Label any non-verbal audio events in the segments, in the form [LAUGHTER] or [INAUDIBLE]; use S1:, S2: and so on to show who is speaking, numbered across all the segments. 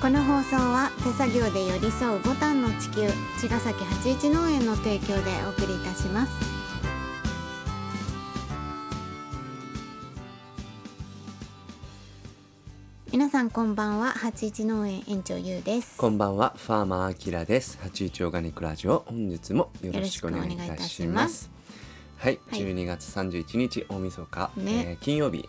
S1: この放送は手作業で寄り添うボタンの地球茅ヶ崎八一農園の提供でお送りいたします皆さんこんばんは八一農園園長ゆうです
S2: こんばんは、ファーマーアキラです。八一オーガニックラジオ、本日もよろしくお願いいたします。はい、
S1: はい
S2: 12月31日大晦日、
S1: ね
S2: えー金曜日、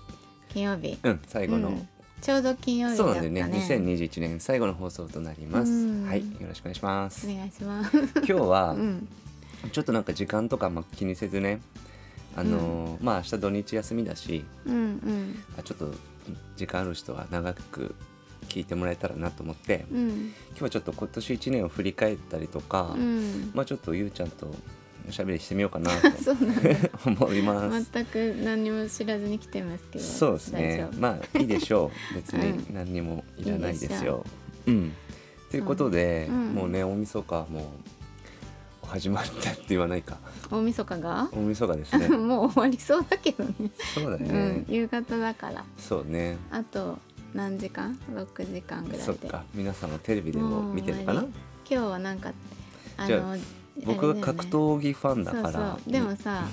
S1: 金曜日
S2: うん、最後の、
S1: うんちょうど金曜日だ
S2: そ
S1: っ
S2: う
S1: た
S2: なん
S1: ね
S2: だよね、2021年最後の放送となります。
S1: うん
S2: はい、よろしくお願いします。
S1: お願いします
S2: 今日は、
S1: うん
S2: ちょっとなんか時間とかも気にせずね、あのーまあ明日土日休みだし、
S1: うんうん
S2: あちょっと時間ある人は長く聞いてもらえたらなと思って、
S1: うん
S2: 今日はちょっと今年1年を振り返ったりとか、
S1: うん
S2: まあちょっとゆうちゃんとおしゃべりしてみようかなと
S1: そうなんだ
S2: 思
S1: [LAUGHS]
S2: います。
S1: 全く何も知らずに来てますけど
S2: そうですね
S1: 大。丈夫
S2: まあいいでしょう。別
S1: う
S2: に何にもいらないですよ。うん。ということで、
S1: うん
S2: もうね大晦日はもう始まったって言わないか。
S1: 大晦日が。
S2: 大晦日ですね
S1: [LAUGHS] もう終わりそうだけどね、
S2: そうだ
S1: う
S2: ね。
S1: ん、夕方だから
S2: そうね。
S1: あと何時間6時間ぐらいで
S2: そっか。皆さんもテレビでも見てる
S1: も
S2: かな
S1: う。今日はなんかあ
S2: じゃあ
S1: の
S2: 僕
S1: あ
S2: は
S1: れだよね
S2: 格闘技ファンだから。
S1: そうそうでもさ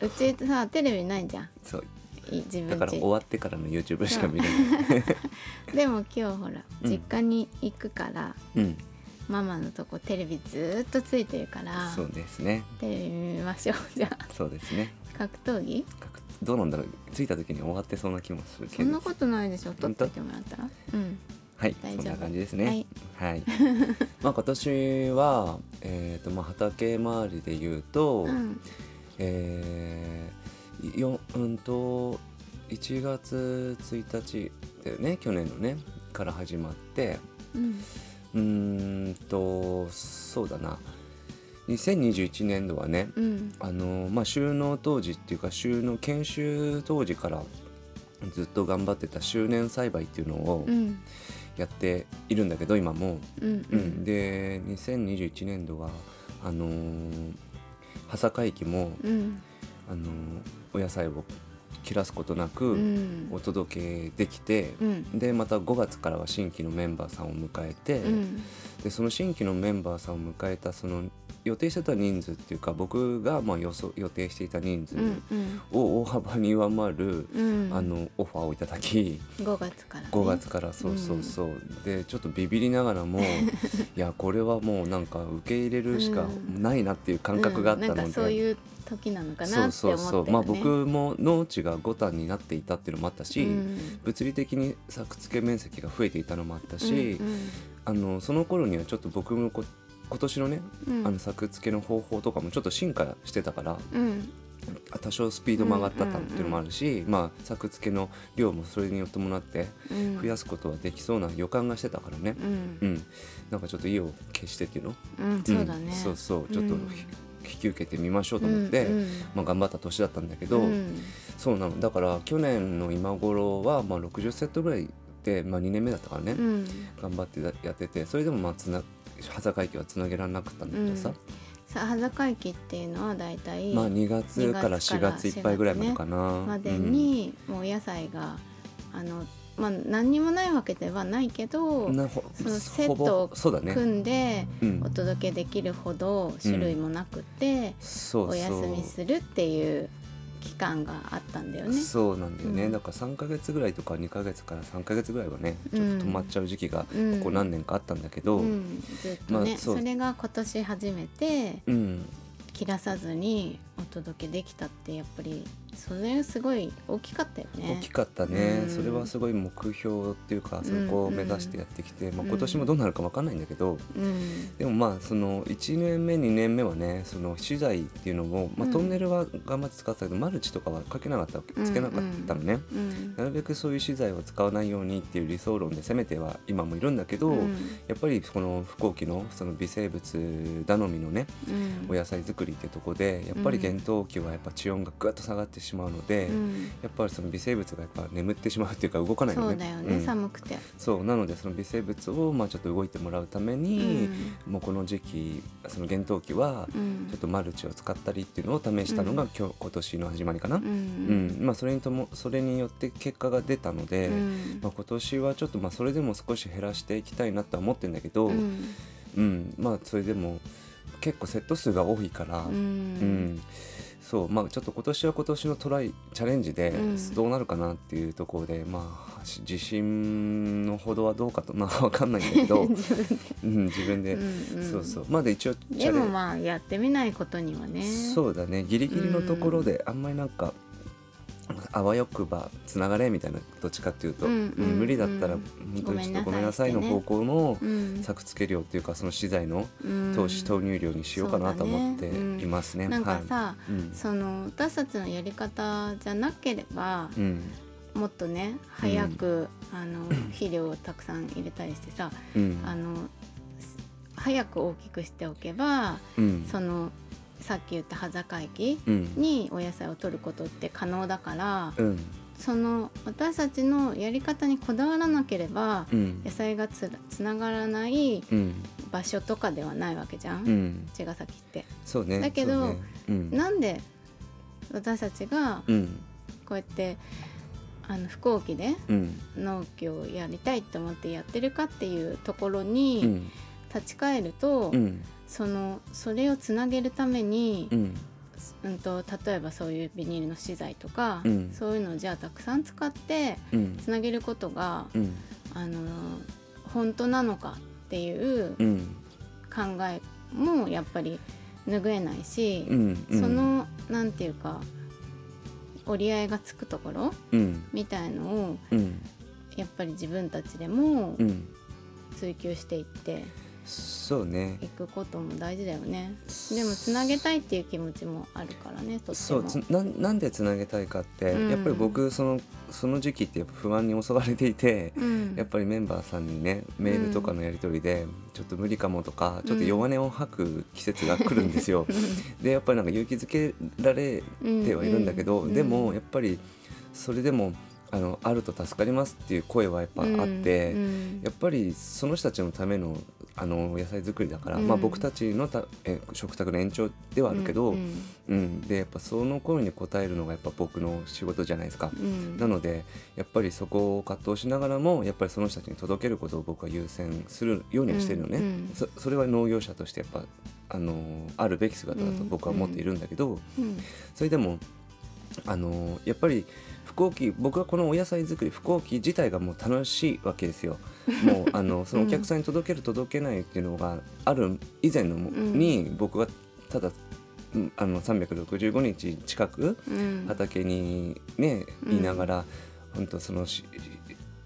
S1: うちさテレビないじゃん
S2: [LAUGHS] そう。
S1: い自
S2: だ
S1: 分
S2: から
S1: ち
S2: 終わってからの YouTube しか見れない。
S1: [LAUGHS] でも今日ほら
S2: うん
S1: 実家に行くから、
S2: うん。
S1: ママのとこテレビずーっとついてるから
S2: そうですね。
S1: テレビ見ましょうじゃあ [LAUGHS]
S2: そうですね。
S1: 格闘技
S2: 格どうなんだろう着いた時に終わってそうな気もする
S1: そ
S2: け
S1: んな
S2: ど
S1: ことないでしょ取
S2: 本
S1: って
S2: 当
S1: いてもらったらうん
S2: はい
S1: 大丈夫
S2: そんな感じですねはい、
S1: [LAUGHS]
S2: まあ今年は、えーとまあ、畑周りで言うと、
S1: うん
S2: えーようんと1月1日だよね去年のねから始まって
S1: うん
S2: うーんとそうだな2021年度はね
S1: うん
S2: あのまあ、収納当時っていうか収納研修当時からずっと頑張ってた周年栽培っていうのを
S1: うん
S2: やっているんだけど今も、
S1: うん
S2: うんで2021年度はあのー、羽坂駅も、
S1: うん
S2: あのーお野菜を切らすことな
S1: う
S2: く
S1: ん
S2: お届けできて、
S1: うん
S2: でまた5月からは新規のメンバーさんを迎えて、
S1: うん
S2: でその新規のメンバーさんを迎えたその予定してた人数っていうか僕がまあ予想予定していた人数
S1: うんうん
S2: を大幅に上回る、
S1: うん
S2: あのオファーをいただき
S1: 5月からね
S2: 5月からそうそうそう、でちょっとビビりなが
S1: [LAUGHS]
S2: らもいやこれはもうなんか受け入れるしかないなっていう感覚があった
S1: う
S2: の
S1: ん
S2: で、
S1: なんかそういう時なのか
S2: そ
S1: な
S2: う
S1: って思
S2: そう
S1: って
S2: そう、まあ僕も農地が5単になっていたっていうのもあったし、
S1: うん
S2: 物理的に作付け面積が増えていたのもあったし、
S1: うん
S2: あのその頃にはちょっと僕もこ今年のね、
S1: うん
S2: あの作付けの方法とかもちょっと進化してたから
S1: うん
S2: 多少スピードも上がったっていうのもあるし、まあ、作付けの量もそれに伴って
S1: うん
S2: 増やすことはできそうな予感がしてたからね、
S1: う
S2: うん
S1: ん
S2: なんかちょっと意を決してっていうの
S1: うんそうだね
S2: んそうそうちょっと
S1: うん
S2: ひ引き受けてみましょうと思って、
S1: うんうん
S2: まあ、頑張った年だったんだけど、
S1: うん
S2: そうなのだから去年の今頃はまあ60セットぐらいで、まあ、2年目だったからね、
S1: うん
S2: 頑張ってやっててそれでもまあつな羽坂駅はつなげられなかったんだけどさ、
S1: さあ羽坂駅っていうのはだいたい
S2: まあ2月から4
S1: 2月
S2: 月いっぱいぐらいまでかな。
S1: まで
S2: うん
S1: にもうお野菜があのまあ何にもないわけではないけど
S2: なほ
S1: その
S2: ほぼ
S1: セットを
S2: そうだね、
S1: 組んで
S2: うん
S1: お届けできるほど種類もなくて
S2: そうそう
S1: お休みするっていう期間があったんだよね。
S2: そうなんだよね、
S1: うん
S2: だから3か月ぐらいとか2か月から3か月ぐらいはねちょっと止まっちゃう時期が
S1: うん
S2: ここ何年かあったんだけど、
S1: う
S2: うん
S1: ん、ずっとね、
S2: まあそ
S1: そうれが今年初めて切らさずにお届けできたってやっぱりそれすごい大きかったよね。
S2: 大きかったね、
S1: うん
S2: それはすごい目標っていうかそこを目指してやってきて、ま
S1: う
S2: あ、
S1: ん
S2: 今年もどうなるか分かんないんだけど、
S1: うん
S2: でもまあその1年目2年目はねその資材っていうのも、ま
S1: う
S2: あ、
S1: ん
S2: トンネルは頑張って使ってたけど、マルチとかはかけなかったわけ
S1: うん
S2: つけなかったのね、
S1: うん
S2: なるべくそういう資材を使わないようにっていう理想論で攻めては今もいるんだけど、
S1: うん
S2: やっぱりこの飛行機のその微生物頼みのね
S1: うん
S2: お野菜作りってとこでやっぱり
S1: うん
S2: 厳冬期はやっぱ地温がぐっと下がってしまうので、
S1: うん、
S2: やっぱりその微生物がやっぱ眠ってしまうっていうか動かない
S1: そ
S2: のね
S1: うだよね、
S2: うん
S1: 寒くて、
S2: そうなのでその微生物をまあちょっと動いてもらうため
S1: う
S2: に、
S1: ん
S2: もうこの時期その厳冬期は
S1: うん
S2: ちょっとマルチを使ったりっていうのを試したのが
S1: うん
S2: 今日今年の始まりかな、
S1: うん
S2: うんまあ、それにともそれによって結果が出たので、
S1: うん
S2: まあ、今年はちょっとまあそれでも少し減らしていきたいなとは思ってるんだけど、
S1: う
S2: うん
S1: ん
S2: まあ、それでも結構セット数が多いから、
S1: う
S2: うんんそうまあ、ちょっと今年は今年のトライチャレンジで
S1: うん
S2: どうなるかなっていうところで、まあ、し自信のほどはどうかとまあ分かんないんだ
S1: [LAUGHS]
S2: けど、
S1: 自分
S2: うん、自分で、
S1: でうんうん
S2: [LAUGHS] そうそうまだ一応チ
S1: で
S2: ャレ
S1: も
S2: ン
S1: まあやってみないことにはね
S2: そうだねギリギリのところであんまりなんか、あわよくばつながれみたいなどっちかっていうと、
S1: うんうん
S2: 無理だったら
S1: うん
S2: 本当にちょっとご
S1: ごめ
S2: めん
S1: ん
S2: な
S1: な
S2: さ
S1: さ
S2: い
S1: い
S2: の方向の
S1: うん
S2: 作付け量っていうかその資材の投資
S1: うん
S2: 投入量にしようかなと思っ
S1: そ
S2: て
S1: うだねうん
S2: いますね。
S1: なんか
S2: は
S1: さ、
S2: いうん
S1: その私たちのやり方じゃなければ、
S2: うん
S1: もっとね早く、あの肥料をたくさん入れたりしてさ、
S2: うん
S1: あのす早く大きくしておけば
S2: うん
S1: そのさっき言った葉坂駅
S2: うん
S1: にお野菜を取ることって可能だから、
S2: うん
S1: その私たちのやり方にこだわらなければ、
S2: うん
S1: 野菜がつらつながらない
S2: うん
S1: 場所とかではないわけじゃん、
S2: うん
S1: 茅ヶ崎って。
S2: そうね
S1: だけど
S2: そうねうん
S1: なんで私たちが
S2: うん
S1: こうやってあの福岡で
S2: うん
S1: 農業をやりたいと思ってやってるかっていうところ
S2: う
S1: に
S2: ん
S1: 立ち返ると、
S2: うん
S1: そのそれをつなげるために
S2: う、ん
S1: うん、と例えばそういうビニールの資材とか、
S2: うん
S1: そういうのをじゃあたくさん使って
S2: うん
S1: つなげることが、
S2: うん
S1: あの本当なのかっていう
S2: うん
S1: 考えもやっぱり拭えないし、
S2: うんうん
S1: そのなんていうか折り合いがつくところ
S2: うん
S1: みたいのを
S2: うん
S1: やっぱり自分たちでも
S2: うん
S1: 追求していって
S2: そうね
S1: いくことも大事だよねでもつなげたいっていう気持ちもあるからねとって
S2: そ
S1: も
S2: うつなんなんでつなげたいかって、
S1: うん
S2: やっぱり僕そのその時期ってやっぱ不安に襲われていて、
S1: うん、
S2: やっぱりメンバーさんにねメールとかのやり取りで、ちょっと無理かもとかちょっと弱音を吐く季節が来るんで
S1: [LAUGHS]
S2: すよ。でやっぱりなんか勇気づけられてはいるんだけど、
S1: うんうん
S2: でもやっぱりそれでもあのあると助かりますっていう声はやっぱあって。
S1: うん
S2: やっぱりその人たちのためのあの野菜作りだから、
S1: うん
S2: まあ、僕たちのたえ食卓の延長ではあるけど、
S1: う
S2: うん
S1: ん
S2: でやっぱその頃に応えるのがやっぱ僕の仕事じゃないですか。
S1: うん
S2: なのでやっぱりそこを葛藤しながらもやっぱりその人たちに届けることを僕は優先するようにはしてるのね、
S1: うんうん
S2: そそれは農業者としてやっぱあのあるべき姿だと僕は思っているんだけど、
S1: うん
S2: それでもあのやっぱり不幸期僕はこのお野菜作り不幸期自体がもう楽しいわ
S1: [LAUGHS]
S2: けですよ。もうあのそのお客さんに届ける届けないっていうのがある以前のも
S1: うん
S2: に僕はただうんあの365日近く
S1: うん
S2: 畑にね
S1: うん
S2: いながら、本当そのし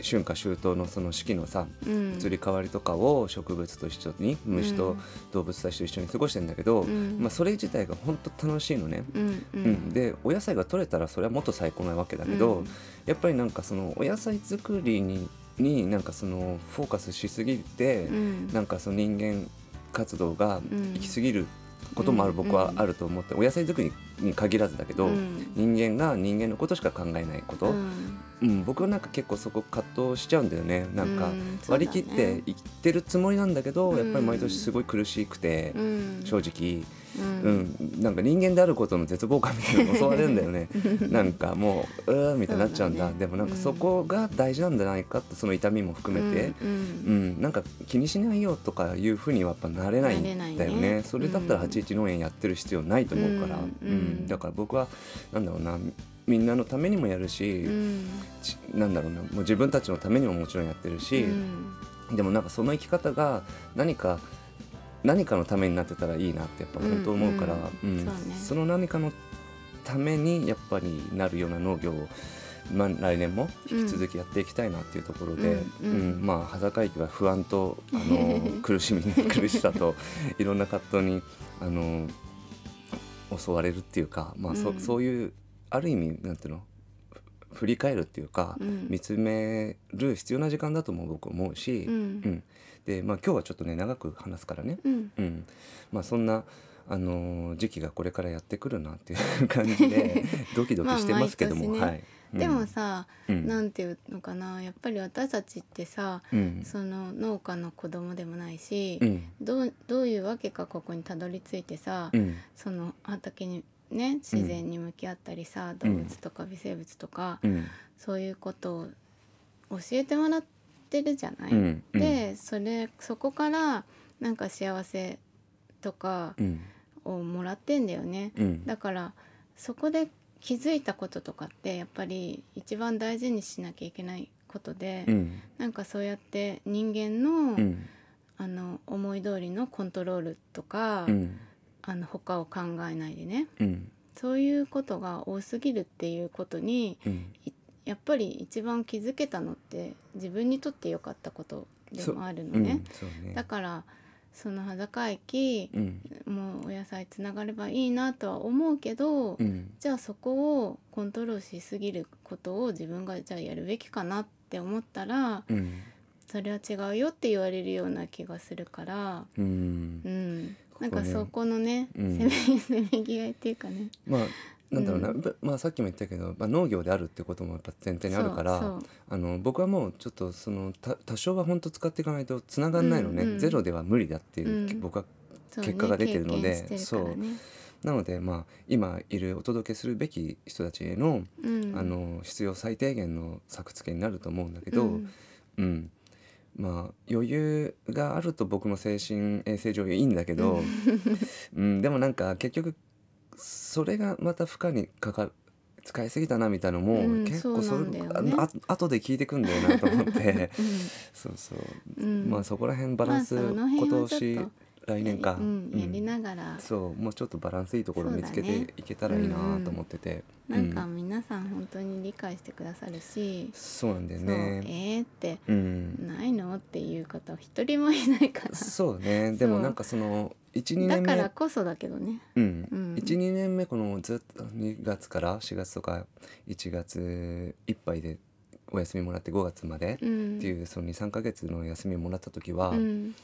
S2: 春夏秋冬のその四季のさ
S1: うん
S2: 移り変わりとかを植物と一緒に虫
S1: う
S2: と
S1: ん
S2: 動物たちと一緒に過ごしてんだけど、
S1: うん
S2: まあ、それ自体が本当楽しいのね。
S1: うんう
S2: うん、
S1: ん
S2: でお野菜が取れたらそれはもっと最高なわけだけど、
S1: うん
S2: やっぱりなんかそのお野菜作りにになんかそのフォーカスしすぎて、
S1: うん
S2: なんかその人間活動が
S1: ん
S2: 行き過ぎることもある、
S1: うん
S2: 僕はあると思ってお野菜作りに限らずだけど、
S1: うん
S2: 人間が人間のことしか考えないこと、
S1: う
S2: うん
S1: ん
S2: 僕はなんか結構そこ葛藤しちゃうんだよねなんか
S1: うんそうだね
S2: 割り切って生きてるつもりなんだけど、
S1: うん
S2: やっぱり毎年すごい苦しくて、
S1: うん
S2: 正直。
S1: うん
S2: うん、なんか人間であることの絶望感みたいなのに襲われるんだよ
S1: [LAUGHS]
S2: ねなんかもううーんみたいになっちゃうんだ
S1: そうだね
S2: でもなんかそこが大事なんじゃないかってその痛みも含めて、
S1: うん
S2: うんなんか気にしないよとかいうふうにはやっぱなれないんだよね
S1: なれないね
S2: それだったら
S1: うん
S2: 81農園やってる必要ないと思うから、
S1: うん
S2: だから僕はなんだろうなみんなのためにもやるし、
S1: うん
S2: ちなんだろうなもう自分たちのためにももちろんやってるし、
S1: うん
S2: でもなんかその生き方が何か何かのためになってたらいいなってやっぱ本当思うから、
S1: うんうん
S2: うん
S1: そうね
S2: その何かのためにやっぱりなるような農業を、まあ、来年も引き続きやっていきたいなっていうところで、
S1: う
S2: うんん
S1: うん
S2: まあ羽坂駅は不安とあ
S1: [LAUGHS]
S2: の苦しみ苦しさといろんな葛藤にあの襲われるっていうか、まあそ
S1: うん
S2: そういうある意味なんていうのふ振り返るっていうか、
S1: うん
S2: 見つめる必要な時間だとも僕思うし、
S1: うん
S2: うん、で、まあ、今日はちょっとね長く話すからね、
S1: うん
S2: うんまあ、そんなあの時期がこれからやってくるなっていう感
S1: [LAUGHS]
S2: じでドキドキしてますけども、
S1: まあ毎年ね
S2: はい、うん
S1: でも、さ、
S2: うん
S1: なんていうのかなやっぱり私たちってさ、
S2: うん
S1: その農家の子供でもないし、
S2: うん
S1: どうどういうわけかここにたどり着いてさ、
S2: うん
S1: その畑にね自然に向き合ったりさ、動物とか微生物とか、
S2: うん
S1: そういうことを教えてもらってるじゃない。
S2: うんうん
S1: でそれそこからなんか幸せとか
S2: うん
S1: をもらってんだよね。
S2: うん
S1: だからそこで気づいたこととかってやっぱり一番大事にしなきゃいけないことで、
S2: うん
S1: なんかそうやって人間の,、
S2: うん
S1: あの思い通りのコントロールとか、
S2: うん
S1: あの他を考えないでね
S2: うん
S1: そういうことが多すぎるっていうことに
S2: うん
S1: やっぱり一番気づけたのって自分にとって良かったことでもあるのね。
S2: そうね
S1: だからその裸駅、
S2: うん
S1: もうお野菜つながればいいなとは思うけど、
S2: うん
S1: じゃあそこをコントロールしすぎることを自分がじゃあやるべきかなって思ったら
S2: うん
S1: それは違うよって言われるような気がするから、
S2: うん
S1: うん、
S2: ここ
S1: な
S2: ね
S1: んかそこのね、
S2: うん
S1: せめ [LAUGHS] せめぎ合いっていうかね
S2: まあなんだろうな、
S1: う
S2: ぶまあ、さっきも言ったけど、まあ、農業であるってこともやっぱ前提にあるから
S1: そう
S2: あの僕はもうちょっとそのた多少は本当使っていかないと繋がんないのね、
S1: うんうん
S2: ゼロでは無理だっていう、
S1: うん
S2: 僕は
S1: そうそう
S2: 結果が出てるので
S1: ね、経験してるからね
S2: なので、まあ、今いるお届けするべき人たちへの,、
S1: うん
S2: あの必要最低限の作付けになると思うんだけど、
S1: うん
S2: うんまあ余裕があると僕も精神衛生上いいんだけ
S1: [LAUGHS]
S2: ど、うんでもなんか結局それがまた負荷にかかる使いすぎたなみたいなのも、
S1: うん
S2: 結構
S1: そ
S2: そうれ
S1: なんだよね
S2: ああ後で聞いてくんだよなと思って
S1: [LAUGHS]
S2: そうそう、
S1: うん
S2: まあそこら辺バランス、
S1: まあその辺
S2: 今
S1: はちょっと
S2: 年来年か、
S1: うん、やりながら、
S2: そうもうちょっとバランスいいところを
S1: そう
S2: 見
S1: だ
S2: つ
S1: ね
S2: けていけたらいいなと思ってて、
S1: なんか
S2: うん
S1: 皆さん本当に理解してくださるし、
S2: そうなんだよ
S1: そうえ
S2: ね
S1: ーって
S2: うん
S1: ないのっていう方は一人もいないから
S2: そうねでも
S1: そう
S2: なんかその12年
S1: だ
S2: 目
S1: からこそだけどね
S2: うん
S1: うん
S2: 12年目このずっと2月から4月とか1月いっぱいでお休みもらって5月まで
S1: うん
S2: っていうその23ヶ月の休みもらった時は、
S1: うん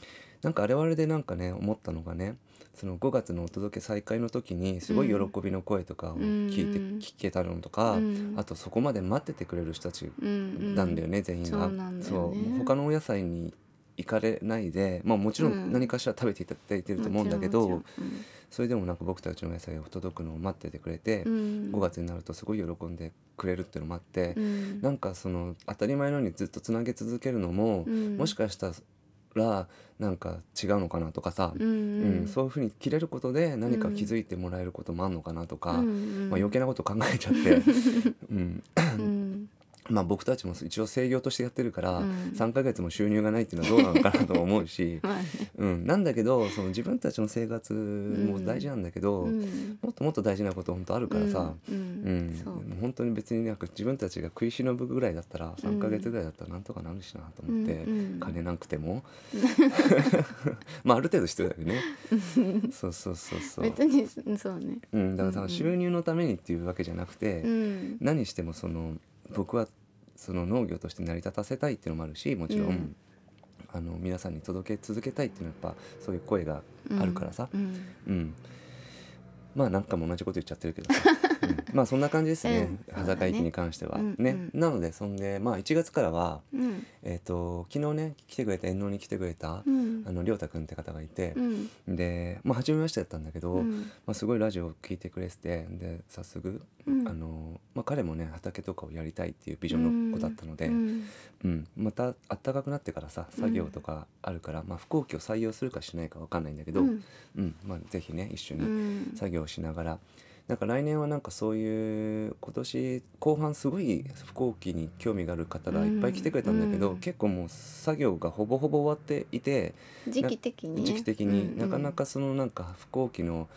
S2: なんかあれはあれでなんかね思ったのがねその5月のお届け再開の時にすごい喜びの声とかを聞いて、
S1: うん
S2: 聞けたのとか、
S1: うん
S2: あとそこまで待っててくれる人たち
S1: うんうん
S2: なんだよね、全員が
S1: そうなんだよね
S2: そうもう他のお野菜に行かれないで、まあ、もちろ
S1: うんん
S2: 何かしら食べていただいてると思うんだけど、
S1: もちろんも
S2: それでもなんか僕たちのお野菜が届くのを待っててくれて、
S1: ちろんうん
S2: 5月になるとすごい喜んでくれるっていうのもあって
S1: う、ん
S2: なんかその当たり前のようにずっとつなげ続けるのも、
S1: うん
S2: もしかしたらなんか違うのかなとかさ、
S1: うん
S2: うんそういうふうに切れることで何か気づいてもらえることもあるのかなとか、
S1: うん
S2: まあ、余計なこと考えちゃ
S1: [LAUGHS]
S2: って、うん、
S1: うん
S2: まあ僕たちも一応制業としてやってるから、
S1: うん、
S2: 3ヶ月も収入がないっていうのはどうなのかなとも思うし
S1: まあね
S2: うん、なんだけどその自分たちの生活も大事なんだけど、
S1: うん
S2: もっともっと大事なこと本当あるからさ、
S1: うん
S2: うん
S1: そう
S2: 本当に別になんか自分たちが食いしのぶぐらいだったら3ヶ月ぐらいだったらなんとかなるしなと思って、
S1: うんうん
S2: 金なくて
S1: [LAUGHS]
S2: もまあある程度必要だけどねそうそうそうそう、
S1: 別にそうね
S2: うん、だから
S1: うんう
S2: さ
S1: ん
S2: 収入のためにっていうわけじゃなくて、
S1: うん
S2: 何してもその僕はその農業として成り立たせたいっていうのもあるしもちろん、
S1: うん
S2: あの皆さんに届け続けたいっていうのはやっぱそういう声が
S1: うん
S2: あるからさ、
S1: うん
S2: うん、まあなんかも同じこと言っちゃってるけど
S1: [LAUGHS]
S2: さ、うんまあそんな感じですね、
S1: うん
S2: 裸駅に関しては。
S1: そうだ
S2: ね
S1: ねうん
S2: なのでそんでまあ1月からは、
S1: うん
S2: えー、と昨日ね来てくれた遠野に来てくれた、
S1: うん
S2: あの亮太君って方がいて
S1: う、ん
S2: でまあ初めましてだったんだけど、
S1: うん
S2: まあ、すごいラジオを聞いてくれててで早速、
S1: うん
S2: あのまあ、彼もね畑とかをやりたいっていうビジョンの子だったので、
S1: うん
S2: うん、また暖かくなってからさ作業とかあるから、まあ、不幸機を採用するかしないかわかんないんだけど、
S1: うん
S2: うんまあ、ぜひね一緒
S1: う
S2: に
S1: ん
S2: 作業しながら、なんか来年はなんかそういう今年後半すごい不幸機に興味がある方がいっぱい来てくれたんだけど、
S1: うん
S2: 結構もう作業がほぼほぼ終わっていて
S1: 時期的にね
S2: 時期的
S1: うんう
S2: に
S1: ん
S2: なかなかそのなんか不幸機の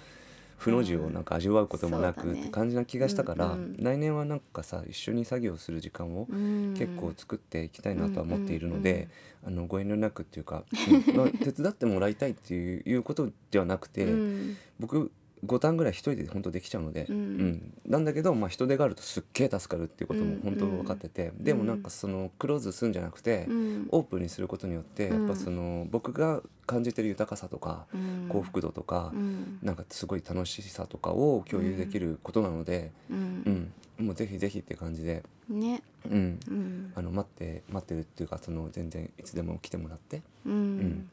S2: 負の字をなんか味わうこともな
S1: うんそう
S2: くっ
S1: だね
S2: て感じな気がしたから、
S1: うんうん
S2: 来年はなんかさ一緒に作業する時間を
S1: 結
S2: 結構作っていきたいなとは思っているので、あのご遠慮なくっていうか、うんまあ手伝ってもらいたいっていういうことではなくて、僕5単ぐらい一人で本当できちゃうので、
S1: うん
S2: なんだけど、まあ、人手があるとすっげえ助かるっていうこと
S1: う
S2: も
S1: ん
S2: 本当分かってて、でもなんかそのクローズするんじゃなくて、
S1: うん
S2: オープンにすることによってやっぱその僕が感じてる豊かさとか
S1: うん
S2: 幸福度とか、
S1: うん
S2: なんかすごい楽しさとかを共有できることなので、
S1: う
S2: うんんもうぜひぜひって感じで、
S1: ね
S2: うん、
S1: うん
S2: あの待って待ってるっていうかその全然いつでも来てもらってっ
S1: うんん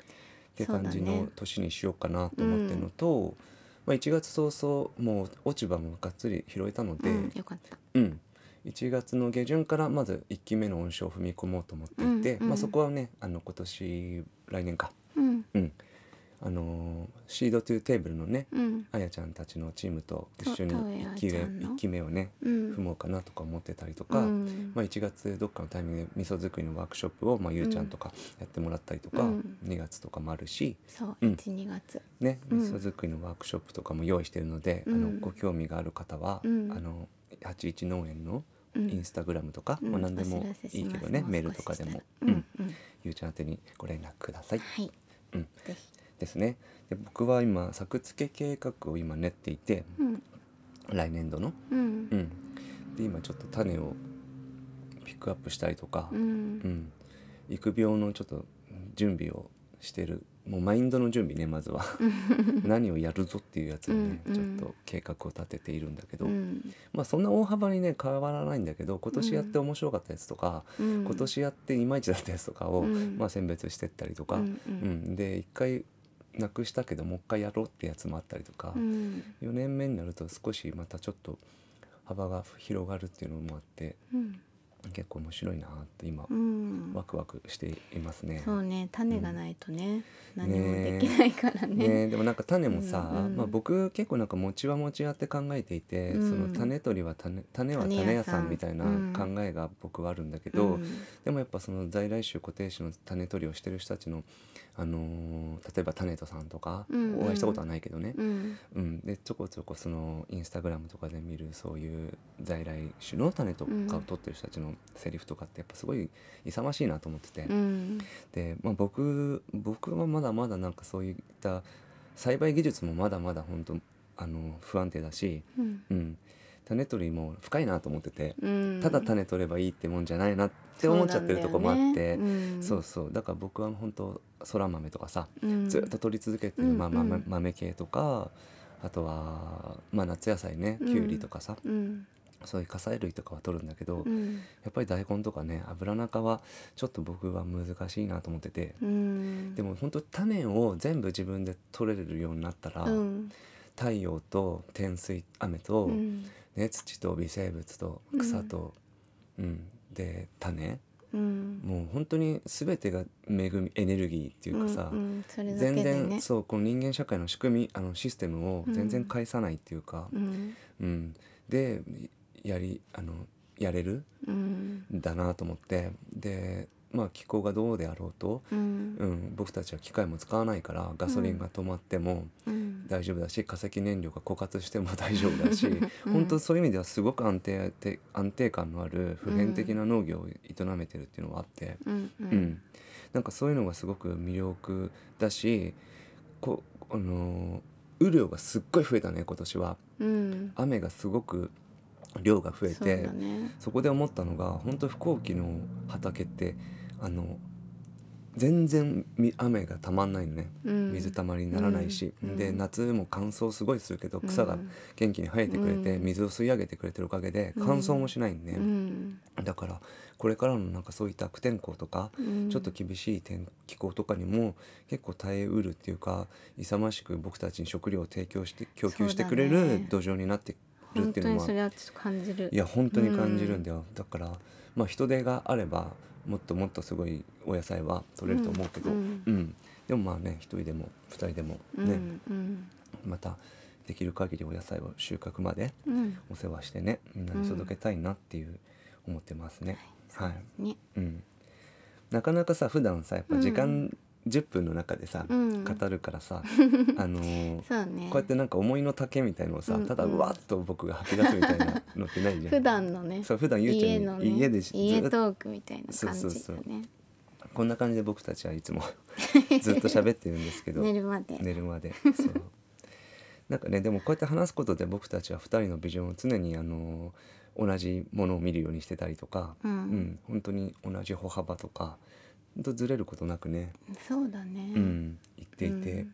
S2: ていう感じ
S1: そうだ
S2: の
S1: ね
S2: 年にしようかなと思ってるのと、まあ、1月早々もう落ち葉もがっつり拾えたので、
S1: うんよかった
S2: うん、1月の下旬からまず1期目の温床を踏み込もうと思っていて、
S1: うんうん
S2: まあ、そこはねあの今年来年か、
S1: うん
S2: うんあのーシードトゥーテーブルのね
S1: うん
S2: あやちゃんたちのチームと一緒に
S1: そうそう
S2: 1期目
S1: あやちゃんの
S2: 一期目をね
S1: うん
S2: 踏もうかなとか思ってたりとか、
S1: うん
S2: まあ、1月どっかのタイミングで味噌作りのワークショップを、まあ、ゆうちゃんとかやってもらったりとか、
S1: うん
S2: 2月とかもあるし、
S1: そう
S2: うん
S1: 一二月
S2: ね、
S1: うん
S2: 味噌作りのワークショップとかも用意してるので、
S1: うん
S2: あのご興味がある方は、
S1: うん
S2: あの81農園の
S1: うん
S2: インスタグラムとか、
S1: うん
S2: まあ、何で
S1: お
S2: も
S1: 知らせし
S2: いい
S1: ます
S2: けどね
S1: もう少し
S2: メールとかで
S1: した
S2: も
S1: ら、う
S2: う
S1: んんうん
S2: ゆうちゃん宛てにご連絡ください。
S1: はい
S2: うん
S1: ぜひ
S2: ですね。で僕は今作付け計画を今練っていて
S1: うん
S2: 来年度の、
S1: うん
S2: うん、で今ちょっと種をピックアップしたりとか、
S1: う
S2: うんん、育苗のちょっと準備をしてるもうマインドの準備ねまずは
S1: [LAUGHS]
S2: 何をやるぞっていうやつをね、
S1: うんうん
S2: ちょっと計画を立てているんだけど、
S1: うん
S2: まあそんな大幅にね変わらないんだけど今年やって面白かったやつとか、
S1: うん
S2: 今年やっていまいちだったやつとかを、
S1: うん
S2: まあ、選別してったりとか、
S1: う
S2: うん
S1: う
S2: ん
S1: ん
S2: で一回なくしたけどもう一回やろうってやつもあったりとか、
S1: うん
S2: 4年目になると少しまたちょっと幅が広がるっていうのもあって
S1: うん
S2: 結構面白いなって今
S1: うん
S2: ワクワクしていますね。
S1: そうね種がないとね、何も
S2: ねえ
S1: できないからね
S2: ね、でもなんか種もさ、
S1: うんうん
S2: まあ、僕結構なんか餅は餅屋って考えていて、
S1: うん
S2: その種取りは種種は種屋さんみたいな
S1: 種屋さ
S2: 考
S1: ん
S2: えが僕はあるんだけ
S1: う
S2: ど、
S1: ん
S2: でもやっぱその在来種固定種の種取りをしてる人たちの、あのー例えば種とさんとか、
S1: うんうん
S2: お会いしたことはないけどね、
S1: うん
S2: うんでちょこちょこそのインスタグラムとかで見るそういう在来種の種とかを取ってる人たちのセリフとかってやっぱすごい勇ましいなと思ってて。
S1: うん
S2: で、まあ、僕僕はまだまだなんかそういった栽培技術もまだまだ本当あの不安定だし、
S1: うん
S2: うん、種取りも深いなと思ってて、
S1: うん
S2: ただ種取ればいいってもんじゃないなって思っちゃってるとこもあ
S1: そうなん
S2: って
S1: だよねうん
S2: そうそうだから僕は本当そら豆とかさ、
S1: うん
S2: ずっと取り続けてる、
S1: うん
S2: まあ、豆
S1: うん
S2: 豆系とかあとは、まあ、夏野菜ね
S1: うん
S2: きゅうりとかさ、
S1: うん
S2: そういう火砕類とかは取るんだけど、
S1: うん
S2: やっぱり大根とかね油中はちょっと僕は難しいなと思ってて。
S1: うん
S2: でも本当種を全部自分で取れるようになったら、
S1: うん
S2: 太陽と天水雨と、
S1: うん
S2: ね、土と微生物と草と、うんで種
S1: うん
S2: もう本当に全てが恵みエネルギーっていうかさ、
S1: うんうんそれだけ
S2: 全
S1: で
S2: 然、
S1: ね
S2: そうこの人間社会の仕組みあのシステムを全然
S1: うん
S2: 返さないっていうか、
S1: うん
S2: うんでやりあのやれる
S1: うん
S2: んだなと思ってで、まあ、気候がどうであろうと、
S1: うん
S2: うん、僕たちは機械も使わないからガソリンが止まっても
S1: うん
S2: 大丈夫だし、化石燃料が枯渇しても大丈夫だし、
S1: うん
S2: [LAUGHS] 本当そういう意味ではすごく安定て安定感のある普遍的な農業を営めてるっていうのはあって、
S1: うんう
S2: うん
S1: ん
S2: なんかそういうのがすごく魅力だしこあのー雨量がすっごい増えたね今年は
S1: うん
S2: 雨がすごく量が増え
S1: そう
S2: て
S1: だね
S2: そこで思ったのが本当不幸期の畑ってあの全然み雨がたまんないのね
S1: うん
S2: 水たまりにならないし、
S1: うん
S2: で
S1: うん
S2: 夏も乾燥すごいするけど草が元気に生えてくれて、
S1: うん
S2: 水を吸い上げてくれてるおかげで
S1: うん
S2: 乾燥もしないんで、
S1: うん
S2: だからこれからのなんかそういった悪天候とか、
S1: うん
S2: ちょっと厳しい天気候とかにも結構耐えうるっていうか勇ましく僕たちに食料を提供して供給してくれ
S1: そうだ
S2: る
S1: ね
S2: 土壌になってるっ
S1: 本
S2: てい
S1: 当
S2: うの
S1: に
S2: は
S1: それはちょっと感じる
S2: いや本当に感じるんだよ、だからまあ人手があればもっともっとすごいお野菜は取れると思うけど、う
S1: うんん
S2: でもまあね一人でも二人でも
S1: う
S2: ね、
S1: んうん
S2: またできる限りお野菜を収穫まで
S1: うん
S2: お世話してねみんなに届けたいなっていう思ってますね。はい、
S1: ね
S2: うん、なかなかさ普段さやっぱ時
S1: う
S2: 間10分の中でさ、
S1: うん
S2: 語るか
S1: [LAUGHS]
S2: らさあのー
S1: そうね
S2: こうやってなんか思いの丈みたいのをさ、
S1: うん
S2: ただ
S1: うん
S2: わっと僕が吐き出すみたいなのってないじゃん
S1: 普段のね
S2: そう普段ゆうちゃ
S1: 家
S2: ん
S1: の
S2: に
S1: ね
S2: 家でし
S1: 家
S2: ずっと
S1: トークみたいな感じ
S2: そう
S1: だ
S2: そうそう
S1: ね
S2: こんな感じで僕
S1: [LAUGHS]
S2: たちはいつもずっと喋ってるんですけど
S1: 寝るまで [LAUGHS]
S2: 寝るまでそうなんかねでもこうやって話すことで僕たちは2人のビジョンを常にあの同じものを見るようにしてたりとか、
S1: うん
S2: うん、本当に同じ歩幅とかほんとずれることなくね、
S1: そうだね、
S2: うん、言っていて、
S1: うん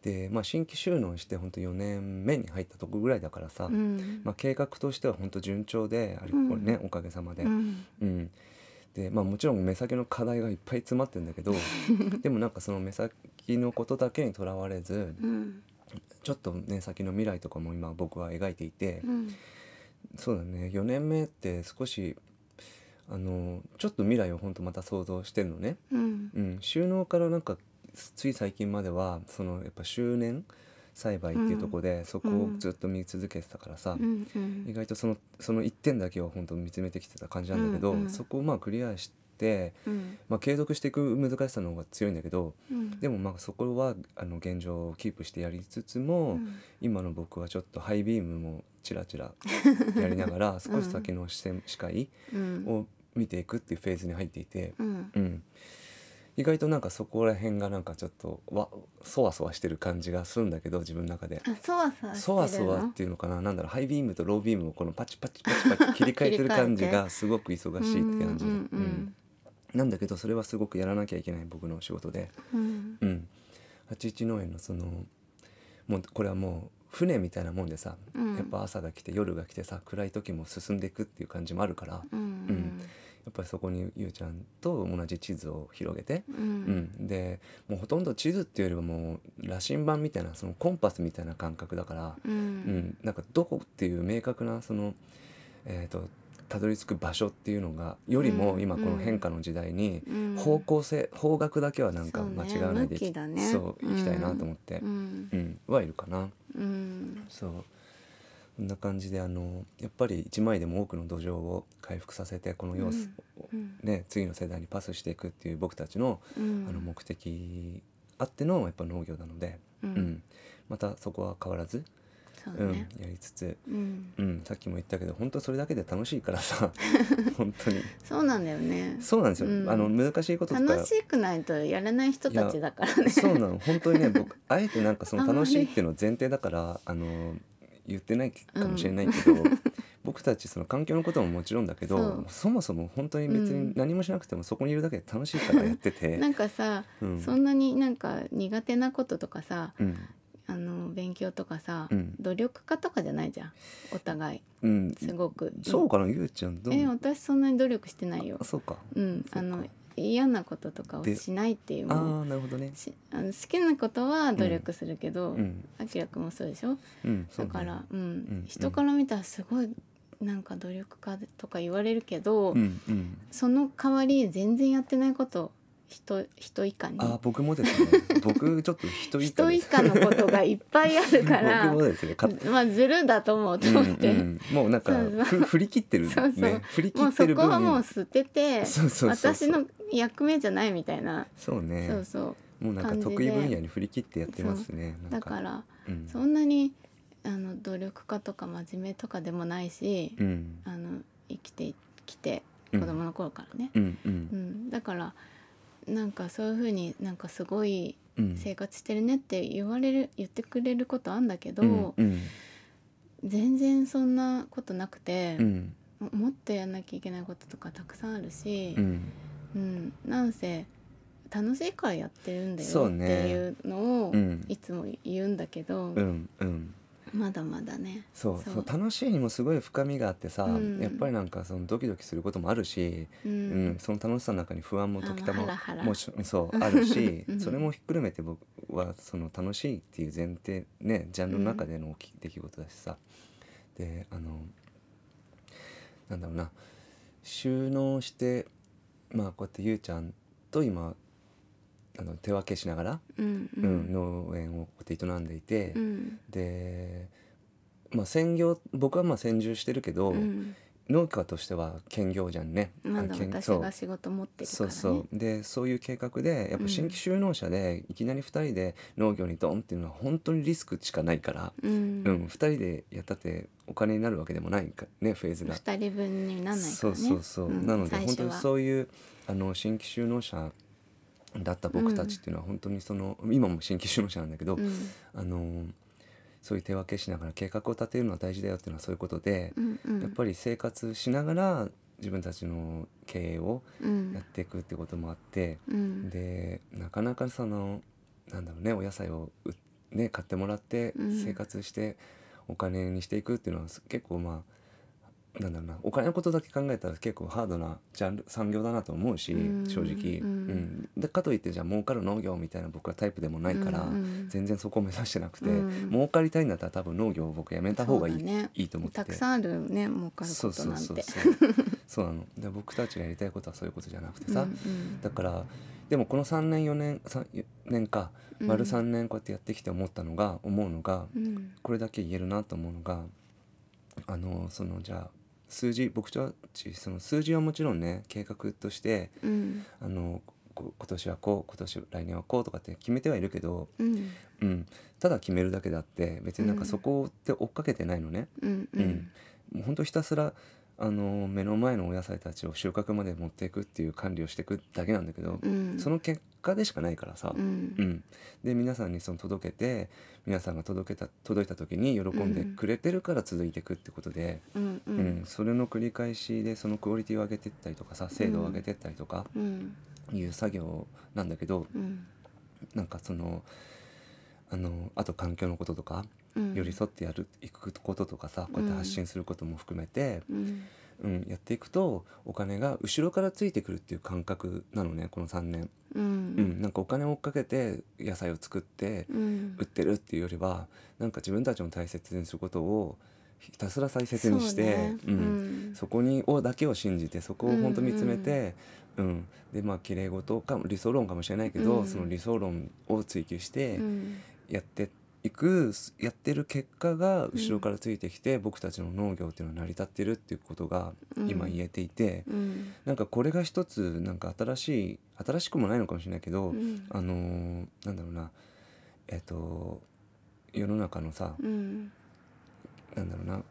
S2: で、まあ、新規収納して本当4年目に入ったとこぐらいだからさ、
S1: うん
S2: まあ、計画としては本当順調であれこれね、おかげさまで。
S1: うん
S2: うん、でまあもちろん目先の課題がいっぱい詰まってるんだ
S1: [LAUGHS]
S2: けどでもなんかその目先のことだけにとらわれず
S1: うん
S2: ちょっとね先の未来とかも今僕は描いていて、
S1: うん
S2: そうだね4年目って少しあのちょっと未来をほんとまた想像してるのね。
S1: うん
S2: うん、収納からなんかつい最近まではそのやっぱ周年栽培っていうところで、そこをずっと見続けてたからさ、
S1: うんう
S2: 意
S1: ん
S2: 外とそのその1点だけを本当見つめてきてた感じなんだけど、
S1: うんうん
S2: そこをまあクリアして、
S1: うん
S2: まあ、継続していく難しさの方が強いんだけど
S1: うん
S2: でもまあそこはあの現状をキープしてやりつつも、
S1: うん
S2: 今の僕はちょっとハイビームもちらち
S1: [LAUGHS]
S2: らやりながら少し先の視線視界
S1: うん
S2: を見ていくっていうフェーズに入っていて、
S1: うん
S2: うん、意外となんかそこら辺がなんかちょっとわそわそわしてる感じがするんだけど自分の中で。
S1: あそわそわしてるの
S2: そわそわっていうのかななんだろうハイビームとロービームをこのパチパチパチパチ切り替えてる感じがすごく忙しいって感じ、
S1: うんう
S2: うん
S1: ん
S2: なんだけどそれはすごくやらなきゃいけない僕の仕事で、
S1: うんうん
S2: うん、八一農園のそのもうこれはもう船みたいなもんでさ、
S1: うん
S2: やっぱ朝が来て夜が来てさ暗い時も進んでいくっていう感じもあるからや
S1: うんうん
S2: っぱりそこにゆうちゃんと同じ地図を広げて、
S1: う
S2: うんん、でもうほとんど地図っていうよりはもう羅針盤みたいなそのコンパスみたいな感覚だから。
S1: う
S2: うんん、なんかどこっていう明確なその、えー、とたどり着く場所っていうのがよりも
S1: うん
S2: 今この変化の時代に
S1: うん
S2: 方向性、方角だけはなんか
S1: そうね
S2: 間違わないでい
S1: 向きだね
S2: そう行きたいなと思って
S1: う、ん
S2: うんはいるかな
S1: うん
S2: そうこんな感じであのやっぱり一枚でも多くの土壌を回復させてこの様子を、
S1: うん
S2: ね、次の世代にパスしていくっていう僕たちの,、
S1: うん
S2: あの目的あってのやっぱ農業なので、
S1: う
S2: うん
S1: ん
S2: またそこは変わらず、
S1: そう
S2: う
S1: ね
S2: ん、やりつつ
S1: うん
S2: うん、さっきも言ったけど本当それだけで楽しいか
S1: [LAUGHS]
S2: らさ本当に
S1: そうなんだよね
S2: そうなんですよ、
S1: うん
S2: あの難しいこととか
S1: 楽しくないとやらない人たちだからね
S2: [LAUGHS] そうなの本当にね僕あえてなんかその
S1: あんまり
S2: 楽しいっていうのを前提だからあの言ってないかもしれないけど、 [LAUGHS] 僕たちその環境のことももちろんだけど
S1: そ
S2: そうもそも本当に別に何もしなくてもそこにいるだけで楽しいからやってて。
S1: [LAUGHS] なんかさ
S2: うん
S1: そんなになんか苦手なこととかさ
S2: うん
S1: あの勉強とかさ
S2: うん
S1: 努力家とかじゃないじゃんお互い
S2: うん、
S1: すごく
S2: そうかなゆうちゃんどう
S1: え私そんなに努力してないよ
S2: あそうか
S1: うん
S2: そっか
S1: あの嫌なこととかを
S2: で
S1: しないっていう
S2: あ
S1: もう
S2: ーなるほどね
S1: しあの好きなことは努力するけど
S2: うん
S1: あきらくんもそうでしょ
S2: うんそ
S1: だ
S2: うね
S1: からう
S2: うんうん
S1: ん人から見たらすごいなんか努力家とか言われるけど
S2: うんうん
S1: その代わり全然やってないこと人人以下に
S2: あー僕もです
S1: [LAUGHS]
S2: ね僕ちょっと人以下
S1: 人
S2: で
S1: 以
S2: す
S1: 下のことがいっぱいあるから
S2: [LAUGHS] 僕もですねか
S1: まあずるだと思うと
S2: うんう
S1: 思って、
S2: ん、もうなんか
S1: そう
S2: ふ振り切ってるね
S1: そうそう
S2: 振り切
S1: もう
S2: って
S1: そ
S2: る
S1: こ
S2: 分
S1: はもう捨てて
S2: そうそうそうそ
S1: 私
S2: う
S1: の役目じゃないみたいな、
S2: そうね
S1: そうそう
S2: もうなんか
S1: 感じで
S2: 得意分野に振り切ってやってますねな
S1: だ
S2: んか
S1: から
S2: うん
S1: そんなにあの努力家とか真面目とかでもないし、
S2: うん
S1: あの生きてきて
S2: う
S1: 子
S2: ん
S1: 供の頃からね、
S2: うんう
S1: うんんだからなんかそういう風になんかすごい
S2: うん
S1: 生活してるねって言われる言ってくれることあんだけど、
S2: うんうん
S1: 全然そんなことなくて
S2: う、ん
S1: ももっとやんなきゃいけないこととかたくさんあるし
S2: う、ん
S1: うんなんせ楽しいからやってるんだ
S2: そ
S1: よ
S2: う
S1: って
S2: ね
S1: いうのを
S2: うん
S1: いつも言うんだけど、
S2: うんうん
S1: まだまだね
S2: そう
S1: そう
S2: そう楽しいにもすごい深みがあってさ、
S1: うん
S2: やっぱりなんかそのドキドキすることもあるし、
S1: う
S2: うんんその楽しさの中に不安も時た
S1: あ
S2: ま
S1: のハラハラ
S2: もしそうあるし、
S1: [LAUGHS] うん
S2: それもひっくるめて僕はその楽しいっていう前提ねジャンルの中での出来事だしさ、であのなんだろうな収納してまあこうやってゆうちゃんと今あの手分けしながら、
S1: うんう
S2: うん
S1: ん
S2: 農園をこうやって営んでいて、
S1: うん
S2: で、まあ、専業僕はまあ専住してるけど、
S1: うん
S2: 農家としては兼業じゃんね。
S1: まだ
S2: あ兼
S1: 私
S2: そう
S1: が仕事持ってるか
S2: そ
S1: ら
S2: う
S1: ね
S2: そうでそういう計画でやっぱ新規就農者でいきなり2人で農業にドンっていうのは本当にリスクしかないから、
S1: うん
S2: うん2人でやったってお金になるわけでもないかねフェーズが。
S1: 二人分にならないからね
S2: そうそうそう、
S1: ん
S2: なので
S1: 最
S2: 本
S1: 初
S2: 当に
S1: は
S2: そういうあの新規就農者だった僕たちっていうのは本当にその、今も新規就農者なんだけど、
S1: うん
S2: あのそういう手分けしながら計画を立てるのは大事だよっていうのはそういうことで、
S1: うんうん、
S2: やっぱり生活しながら自分たちの経営を
S1: うん
S2: やっていくってこともあって、
S1: うん
S2: でなかなかそのなんだろうねお野菜をう、ね、買ってもらって
S1: うん
S2: 生活してお金にしていくっていうのはす結構まあなんだろうなお金のことだけ考えたら結構ハードなジャンル産業だなと思うし
S1: うん
S2: 正直、
S1: う
S2: うんんでかといってじゃあ儲かる農業みたいな僕はタイプでもないから、
S1: うんうん
S2: 全然そこを目指してなくて、
S1: うん
S2: 儲かりたいんだったら多分農業を僕やめた方がいい,、
S1: そうだね
S2: いいと思って
S1: た
S2: て
S1: くさんあるね儲かる
S2: そ
S1: こ
S2: う
S1: と
S2: そう
S1: なん
S2: そう
S1: て
S2: そうそうなので僕たちがやりたいことはそういうことじゃなくてさ、
S1: うんうん
S2: だからでもこの3年4年3年か
S1: うん
S2: 丸3年こうやってやってきて思ったのが、思うのが
S1: うん
S2: これだけ言えるなと思うのがあのそのじゃあ数字僕たちその数字はもちろんね計画として
S1: うん
S2: あのこ今年はこう今年来年はこうとかって決めてはいるけど、
S1: うん
S2: うん、ただ決めるだけだって別になんかそこって追っかけてないのね。
S1: うんう
S2: うんん、もうほんとひたすらあの目の前のお野菜たちを収穫まで持っていくっていう管理をしていくだけなんだけど、
S1: うん
S2: その結果でしかないからさ、
S1: うん
S2: うんで皆さんにその届けて皆さんが届けた届いた時に喜んでくれてるから続いていくってことで、
S1: うんう
S2: う
S1: ん
S2: んそれの繰り返しでそのクオリティを上げていったりとかさ精度を上げていったりとか
S1: うん
S2: いう作業なんだけど
S1: うん
S2: なんかそのあのあと環境のこととか
S1: うん
S2: 寄り添ってやるいくこととかさこうやって発信することも含めて、
S1: うん
S2: うん、やっていくとお金が後ろからついてくるっていう感覚なのねこの3年、
S1: う
S2: うん
S1: ん
S2: なんかお金を追っかけて野菜を作って
S1: うん
S2: 売ってるっていうよりはなんか自分たちの大切にすることをひたすら大切にして
S1: そうね
S2: うんそこにをだけを信じてそこを本当見つめて、うんでまあ綺麗事かも理想論かもしれないけど、
S1: うん
S2: その理想論を追求して
S1: うん
S2: やっていく、やってる結果が後ろからついてきて、僕たちの農業っていうのは成り立ってるっていうことが今言えていて、
S1: うん
S2: なんかこれが一つなんか新しい新しくもないのかもしれないけど、
S1: うん
S2: あのーなんだろうなえっ、と世の中のさ、 [LAUGHS]
S1: うん
S2: なんだろうな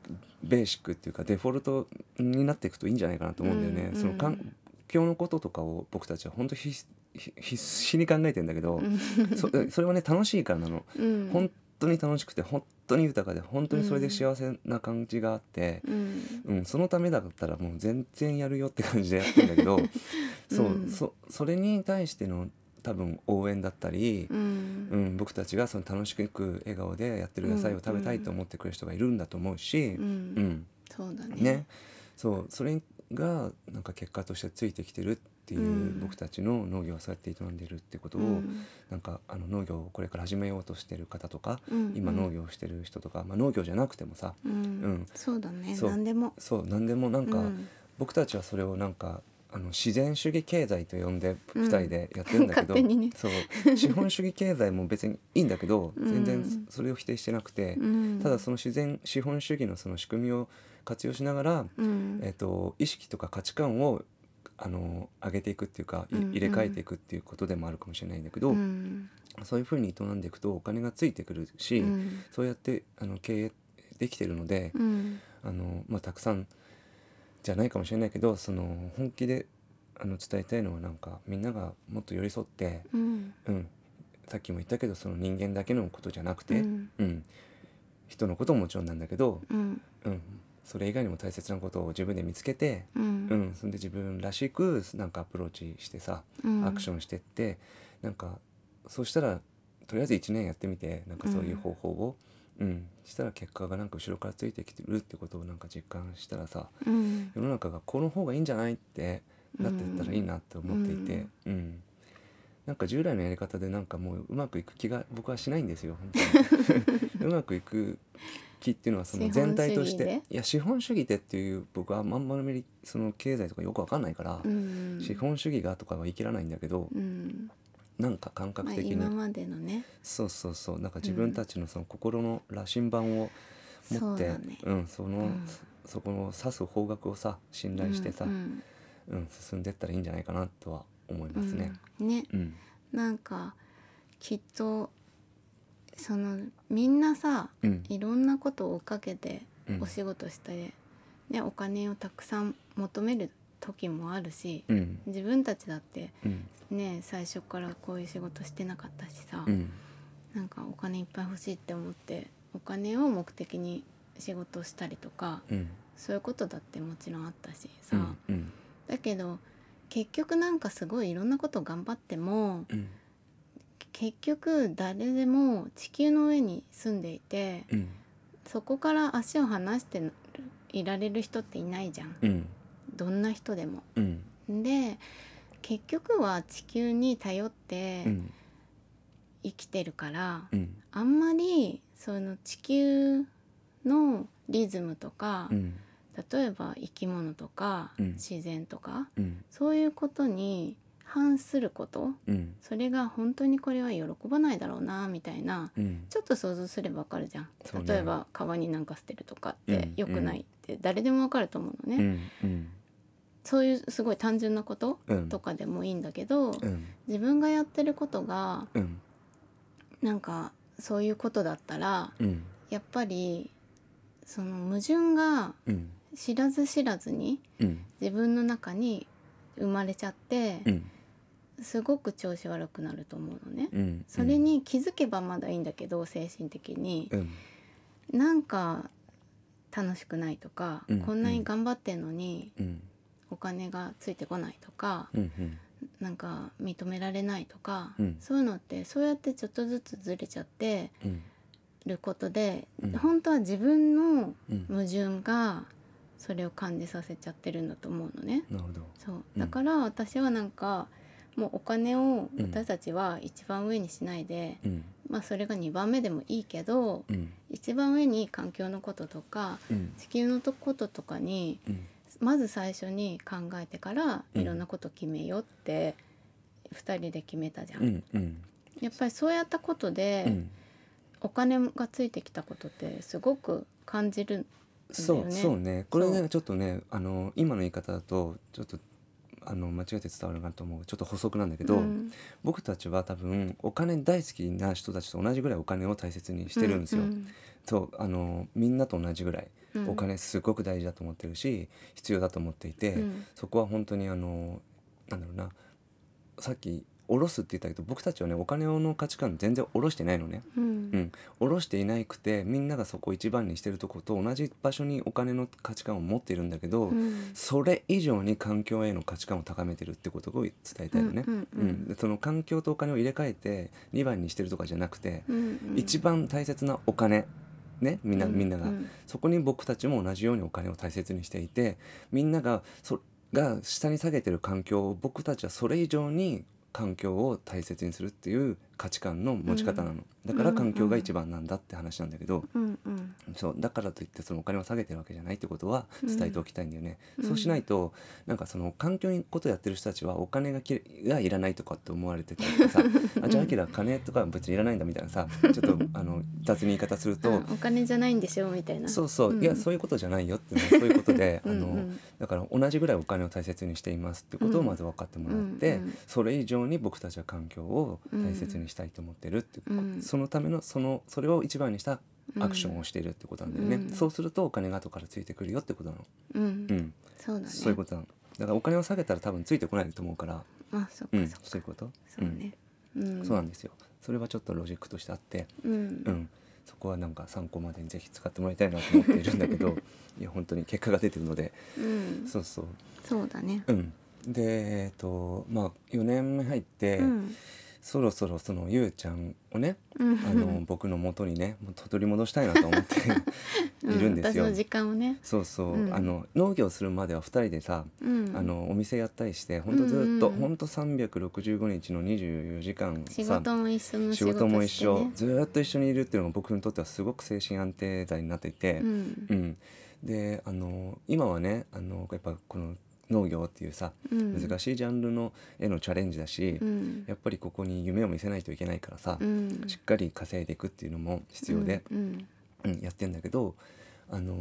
S2: ベーシックっていうかデフォルトになっていくといいんじゃないかなと思うんだよね。
S1: うん
S2: その
S1: うん
S2: 環境のこととかを僕たちは本当必必必死に考えてんだけど、そ [LAUGHS] それはね楽しいからなの。
S1: うん
S2: 本当に楽しくて本当に豊かで本当にそれで幸せな感じがあって、
S1: うん
S2: うんそのためだったらもう全然やるよって感じでやってんだけど、
S1: [LAUGHS]
S2: そう
S1: うん
S2: そそれに対しての多分応援だったり、
S1: う
S2: うんん、僕たちがその楽しく笑顔でやってる野菜を食べたいと思ってくれる人がいるんだと思うし
S1: う、
S2: うんん
S1: そうだ
S2: ね
S1: ね、
S2: そうそれがなんか結果としてついてきてるっていううん僕たちの農業をそうやって営んでるってことを、
S1: うん
S2: なんかあの農業をこれから始めようとしてる方とか、
S1: うん
S2: 今
S1: うん
S2: 農業をしてる人とか、まあ、農業じゃなくてもさ
S1: う
S2: うん
S1: んそうだね
S2: そう
S1: 何でも
S2: そう何でもなんか、
S1: うん
S2: 僕たちはそれをなんかあの自然主義経済と呼んで
S1: うん
S2: 2人でやってるんだけど、
S1: 勝手にね
S2: そう資本主義経済も別にいいんだけど
S1: うん
S2: 全然それを否定してなくて、
S1: うん
S2: ただその自然資本主義のその仕組みを活用しながら、
S1: うん
S2: えっと意識とか価値観をあの上げていくっていうか、い
S1: うんうん
S2: 入れ替えていくっていうことでもあるかもしれないんだけど、
S1: うん
S2: そういうふうに営んでいくとお金がついてくるし、
S1: うん
S2: そうやってあの経営できてるので、
S1: うん
S2: あのまあ、たくさんじゃないかもしれないけどその本気であの伝えたいのはなんかみんながもっと寄り添って、
S1: うん
S2: うん、さっきも言ったけどその人間だけのことじゃなくて、
S1: う
S2: うん
S1: ん
S2: 人のことももちろんなんだけど、
S1: うん
S2: うん、それ以外にも大切なことを自分で見つけて、
S1: うん
S2: うんそれで自分らしくなんかアプローチしてさ、
S1: うん
S2: アクションしてってなんかそうしたらとりあえず1年やってみてなんかそういう方法を、うんしたら結果がなんか後ろからついてきてるってことをなんか実感したらさ
S1: うん
S2: 世の中がこの方がいいんじゃないってなってったらいいなって思っていて、うんなんか従来のやり方でなんかもううまくいく気が僕はしないんですよ本当に
S1: [LAUGHS]
S2: うまくいく気っていうのはその全体と
S1: 資
S2: し
S1: 本主
S2: て
S1: 義
S2: いや資本主義でっていう僕はあんまりその経済とかよくわかんないから、
S1: うん
S2: 資本主義がとかは言い切らないんだけど、
S1: うん
S2: なんか感覚
S1: まあ
S2: 的に、
S1: 今までのね
S2: そうそうそうなんか自分たちのその心の羅針盤を
S1: そ
S2: 持
S1: う
S2: って、
S1: だ
S2: うん
S1: ね
S2: その、
S1: うん
S2: そそこの指す方角をさ信頼してさ、う
S1: うんん
S2: 進んでったらいいんじゃないかなとは思いうますね
S1: ん。ね
S2: うん
S1: なんかきっとそのみんなさ
S2: うん
S1: いろんなことを追っかけて
S2: うん
S1: お仕事したり、ね、お金をたくさん求める時もあるし、
S2: うん
S1: 自分たちだって
S2: うん
S1: ね最初からこういう仕事してなかったしさ、
S2: うん
S1: なんかお金いっぱい欲しいって思ってお金を目的に仕事をしたりとか
S2: うん
S1: そういうことだってもちろんあったしさ、
S2: うん
S1: だけど結局なんかすごいいろんなこと頑張っても
S2: うん
S1: 結局誰でも地球の上に住んでいて
S2: うん
S1: そこから足を離していられる人っていないじゃん
S2: うん
S1: どんな人でも。
S2: うん
S1: で結局は地球に頼って
S2: うん
S1: 生きてるから、
S2: うん
S1: あんまりその地球のリズムとか、
S2: うん
S1: 例えば生き物とか、
S2: うん
S1: 自然とか
S2: うん
S1: そういうことに反すること
S2: うん
S1: それが本当にこれは喜ばないだろうなみたいな
S2: うん
S1: ちょっと想像すればわかるじゃん、
S2: そうね
S1: 例えば川になんか捨てるとかっ
S2: う
S1: て
S2: ん
S1: 良くないって誰でもわかると思うのね、
S2: うんうん
S1: そういうすごい単純なこと
S2: うん
S1: とかでもいいんだけど、
S2: うん
S1: 自分がやってることが
S2: うん
S1: なんかそういうことだったら
S2: うん
S1: やっぱりその矛盾が
S2: うん
S1: 知らず知らずに
S2: うん
S1: 自分の中に生まれちゃって、
S2: うん
S1: すごく調子悪くなると思うのね。
S2: うん
S1: それに気づけばまだいいんだけど精神的に
S2: うん
S1: なんか楽しくないとか、
S2: うん
S1: こんなに頑張ってんのに
S2: うん
S1: お金がついてこないとか、
S2: うんうん
S1: なんか認められないとか、
S2: うん
S1: そういうのってそうやってちょっとずつずれちゃって
S2: うん
S1: ることで、
S2: うん
S1: 本当は自分の
S2: うん
S1: 矛盾がそれを感じさせちゃってるんだと思うのね。
S2: なるほど
S1: そう
S2: うん
S1: だから私はなんかもうお金を
S2: うん
S1: 私たちは一番上にしないで、
S2: うん
S1: まあそれが2番目でもいいけど
S2: うん
S1: 一番上に環境のこととか
S2: うん
S1: 地球のとこととかに
S2: うん
S1: まず最初に考えてから
S2: うん
S1: いろんなこと決めようって2人で決めたじゃん、
S2: うんうん
S1: やっぱりそうやったことで、
S2: うん
S1: お金がついてきたことってすごく感じる
S2: そ
S1: だよ
S2: う
S1: ね
S2: そうねこれ
S1: そ
S2: ね
S1: う
S2: ちょっとねあの今の言い方だとちょっとあの間違えて伝わるかなと思うちょっと補足なんだけど、
S1: うん
S2: 僕たちは多分お金大好きな人たちと同じぐらいお金を大切にしてるんですよ。
S1: う
S2: そうあのみんなと同じぐらい
S1: うん
S2: お金すごく大事だと思ってるし、必要だと思っていて、
S1: うん
S2: そこは本当にあのなんだろうなさっき下ろすって言ったけど僕たちはねお金の価値観全然下ろしてないのね。
S1: うん
S2: うん、下ろしていなくてみんながそこを一番にしてるとこと同じ場所にお金の価値観を持っているんだけど、
S1: うん
S2: それ以上に環境への価値観を高めてるってことを伝えたいのね、
S1: うんうんうん
S2: でその環境とお金を入れ替えて2番にしてるとかじゃなくて、
S1: うんうん
S2: 一番大切なお金ねみんな,、
S1: うん
S2: みんなが、
S1: うん
S2: そこに僕たちも同じようにお金を大切にしていてみんながそが下に下げてる環境を僕たちはそれ以上に環境を大切にするっていう価値観の持ち方なの、だから環境が一番なんだって話なんだけど、
S1: うんうん
S2: そうだからといってそのお金を下げてるわけじゃないってことは伝えておきたいんだよね、
S1: うん
S2: そうしないとなんかその環境にことやってる人たちはお金がきがいらないとかって思われてたりとか
S1: [LAUGHS]
S2: さあじゃあアキラ金とか別にいらないんだみたいなさちょっとあの雑に言い方すると、
S1: あお金じゃないんでしょみたいな
S2: そうそう、
S1: うん
S2: いやそういうことじゃないよっていうのはそういうことで
S1: [LAUGHS] うんうん
S2: あのだから同じぐらいお金を大切にしていますってことをまず分かってもらって、
S1: うんうん
S2: それ以上に僕たちは環境を大切にしたいと思ってるってい
S1: う
S2: う、
S1: ん
S2: そのためのそのそれを一番にしたアクションをしているってことなんだよね、
S1: うん
S2: そうするとお金が後からついてくるよってことなの、
S1: うん、
S2: うん
S1: そうだね
S2: そういうことなのだからお金を下げたら多分ついてこないと思うから、
S1: あそっ
S2: う
S1: か
S2: ん、
S1: そっか、
S2: そういうこと
S1: そうね、うん
S2: うんそうなんですよそれはちょっとロジックとしてあって、
S1: うん
S2: うん、そこはなんか参考までにぜひ使ってもらいたいなと思っているんだ
S1: [LAUGHS]
S2: けどいや本当に結果が出てるので
S1: うん
S2: そうそう
S1: そうだね
S2: うんでえっ、とまあ4年目入って、
S1: うん
S2: そろそろそのゆうちゃんをね
S1: うん
S2: あの僕の元にねもう取り戻したいなと思って
S1: [LAUGHS]
S2: いるんですよ。
S1: うん私の時間をね、
S2: そうそう、
S1: うん
S2: あの農業するまでは2人でさ、
S1: うん、
S2: あのお店やったりしてほんとずっと、
S1: うんうん
S2: ほんと365日の24時間さ
S1: 仕事も一緒の
S2: 仕
S1: 仕事して、ね、
S2: 事も一緒ずーっと一緒にいるっていうのが僕にとってはすごく精神安定剤になっていて、
S1: うん
S2: うんであの今はねあのやっぱこの農業っていうさ
S1: うん、
S2: 難しいジャンルのへのチャレンジだし、
S1: うん
S2: やっぱりここに夢を見せないといけないからさ、
S1: うん
S2: しっかり稼いでいくっていうのも必要で、
S1: うん
S2: うん、やってんだけど、あのー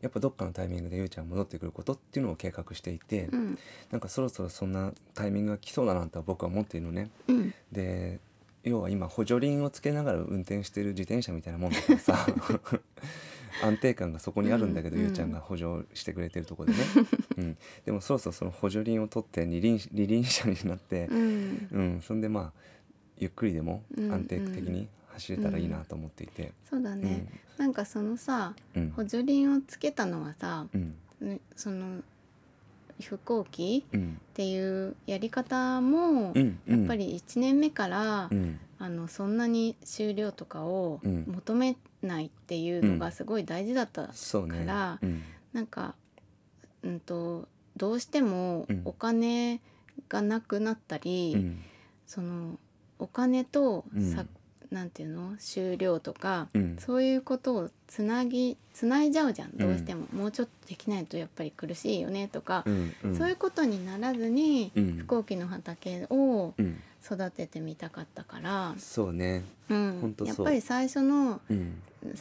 S2: やっぱどっかのタイミングでゆうちゃん戻ってくることっていうのを計画していて、
S1: うん
S2: なんかそろそろそんなタイミングが来そうだなとは僕は思っているのね。
S1: うん
S2: で要は今補助輪をつけながら運転してる自転車みたいなもんだか
S1: [LAUGHS]
S2: らさ安定感がそこにあるんだけど、
S1: うん
S2: ゆうちゃんが補助してくれてる
S1: [LAUGHS]
S2: ところでね、うん、でもそろそろその補助輪を取って二輪二輪車になって、
S1: うん
S2: うん、そんでまあゆっくりでも
S1: うん
S2: 安定的に走れたらいいなと思っていて、
S1: そうだ
S2: う
S1: ね、なんかそのさ
S2: うん
S1: 補助輪をつけたのはさ、
S2: うん
S1: ねその飛行機
S2: うん
S1: っていうやり方も、
S2: うんうん
S1: やっぱり1年目から、
S2: うん
S1: あのそんなに終了とかを
S2: うん
S1: 求めないっていうのがすごい大事だった、
S2: そうね
S1: から
S2: うん
S1: なんか、うん、とどうしても
S2: うん
S1: お金がなくなったり、
S2: うん
S1: そのお金と
S2: うん
S1: さ、なんていうの終了とか、
S2: うん
S1: そういうことをつなぎつないじゃうじゃんどうしても、もうちょっとできないとやっぱり苦しいよねとか
S2: う、んうん
S1: そういうことにならずに、
S2: うん
S1: 飛行機の畑を
S2: うん
S1: 育ててみたかったから、
S2: そうね
S1: うん
S2: ほんと
S1: やっ
S2: そう
S1: ぱり最初の
S2: うん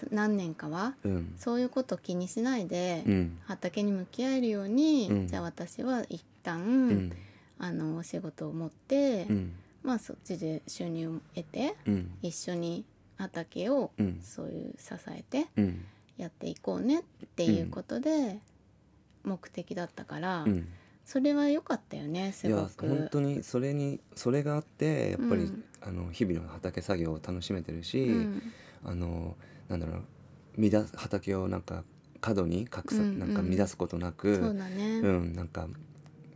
S1: 何年かは
S2: うん
S1: そういうこと気にしないで、
S2: うん
S1: 畑に向き合えるように、
S2: うん
S1: じゃあ私は一旦、
S2: うん
S1: あのお仕事を持って、
S2: うん
S1: まあそっちで収入を得て
S2: うん
S1: 一緒に畑を
S2: うん
S1: そういう支えて
S2: うん
S1: やっていこうねっていうことで目的だったから、
S2: うん
S1: それは良かったよね
S2: い
S1: すご
S2: や
S1: く。
S2: 本当にそれにそれがあってやっぱり、
S1: うん
S2: あの日々の畑作業を楽しめてるし、
S1: うん
S2: あのなんだろう乱す畑をなんか過度に隠さ、
S1: うんうん
S2: なんか乱すことなく
S1: そうだね、
S2: うん、なんか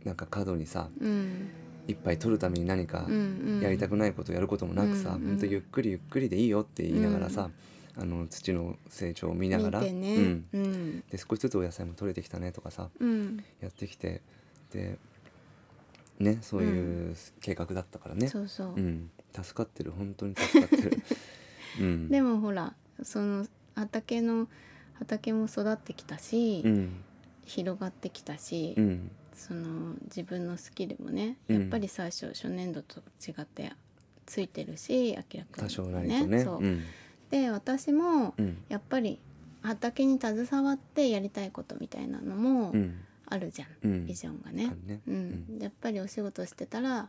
S2: なんか過度にさ
S1: うん
S2: いっぱい取るために何かやりた
S1: く
S2: くないことやることもなくさ、
S1: うんうん
S2: ほんとゆっくりゆっくりでいいよって言いながらさ、あの土の成長を見ながら、
S1: 見てね、
S2: うん、
S1: うん
S2: で少しずつお野菜も取れてきたねとかさ
S1: うん
S2: やってきてでねそういうう計画だったからね。
S1: そうそう、
S2: うん、助かってる本当に助かって
S1: [LAUGHS]
S2: る、うん、
S1: で
S2: も、
S1: もほらその畑の畑も育ってきたし、
S2: うん
S1: 広がってきたし、
S2: うん、
S1: その自分のスキルもね、
S2: うん
S1: やっぱり最初初年度と違ってついてるし明らかに、ね、
S2: 多少なりとね
S1: そう、
S2: うん
S1: で私も
S2: うん
S1: やっぱり畑に携わってやりたいことみたいなのも
S2: うん
S1: あるじゃん、
S2: うん
S1: ビジョンが
S2: あ
S1: ね
S2: る。ね
S1: う
S2: うん
S1: ん、やっぱりお仕事してたら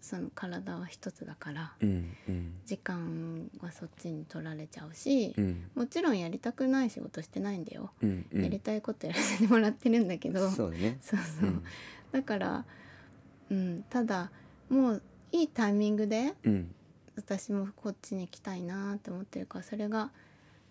S1: その体は一つだから
S2: うんうん
S1: 時間はそっちに取られちゃうし、
S2: うん
S1: もちろんやりたくない仕事してないんだよ、
S2: うんうん
S1: やりたいことやらせてもらってるんだけど
S2: そうだね
S1: そうそう、
S2: うん
S1: だから、うん、ただもういいタイミングで
S2: うん
S1: 私もこっちに来たいなって思ってるからそれが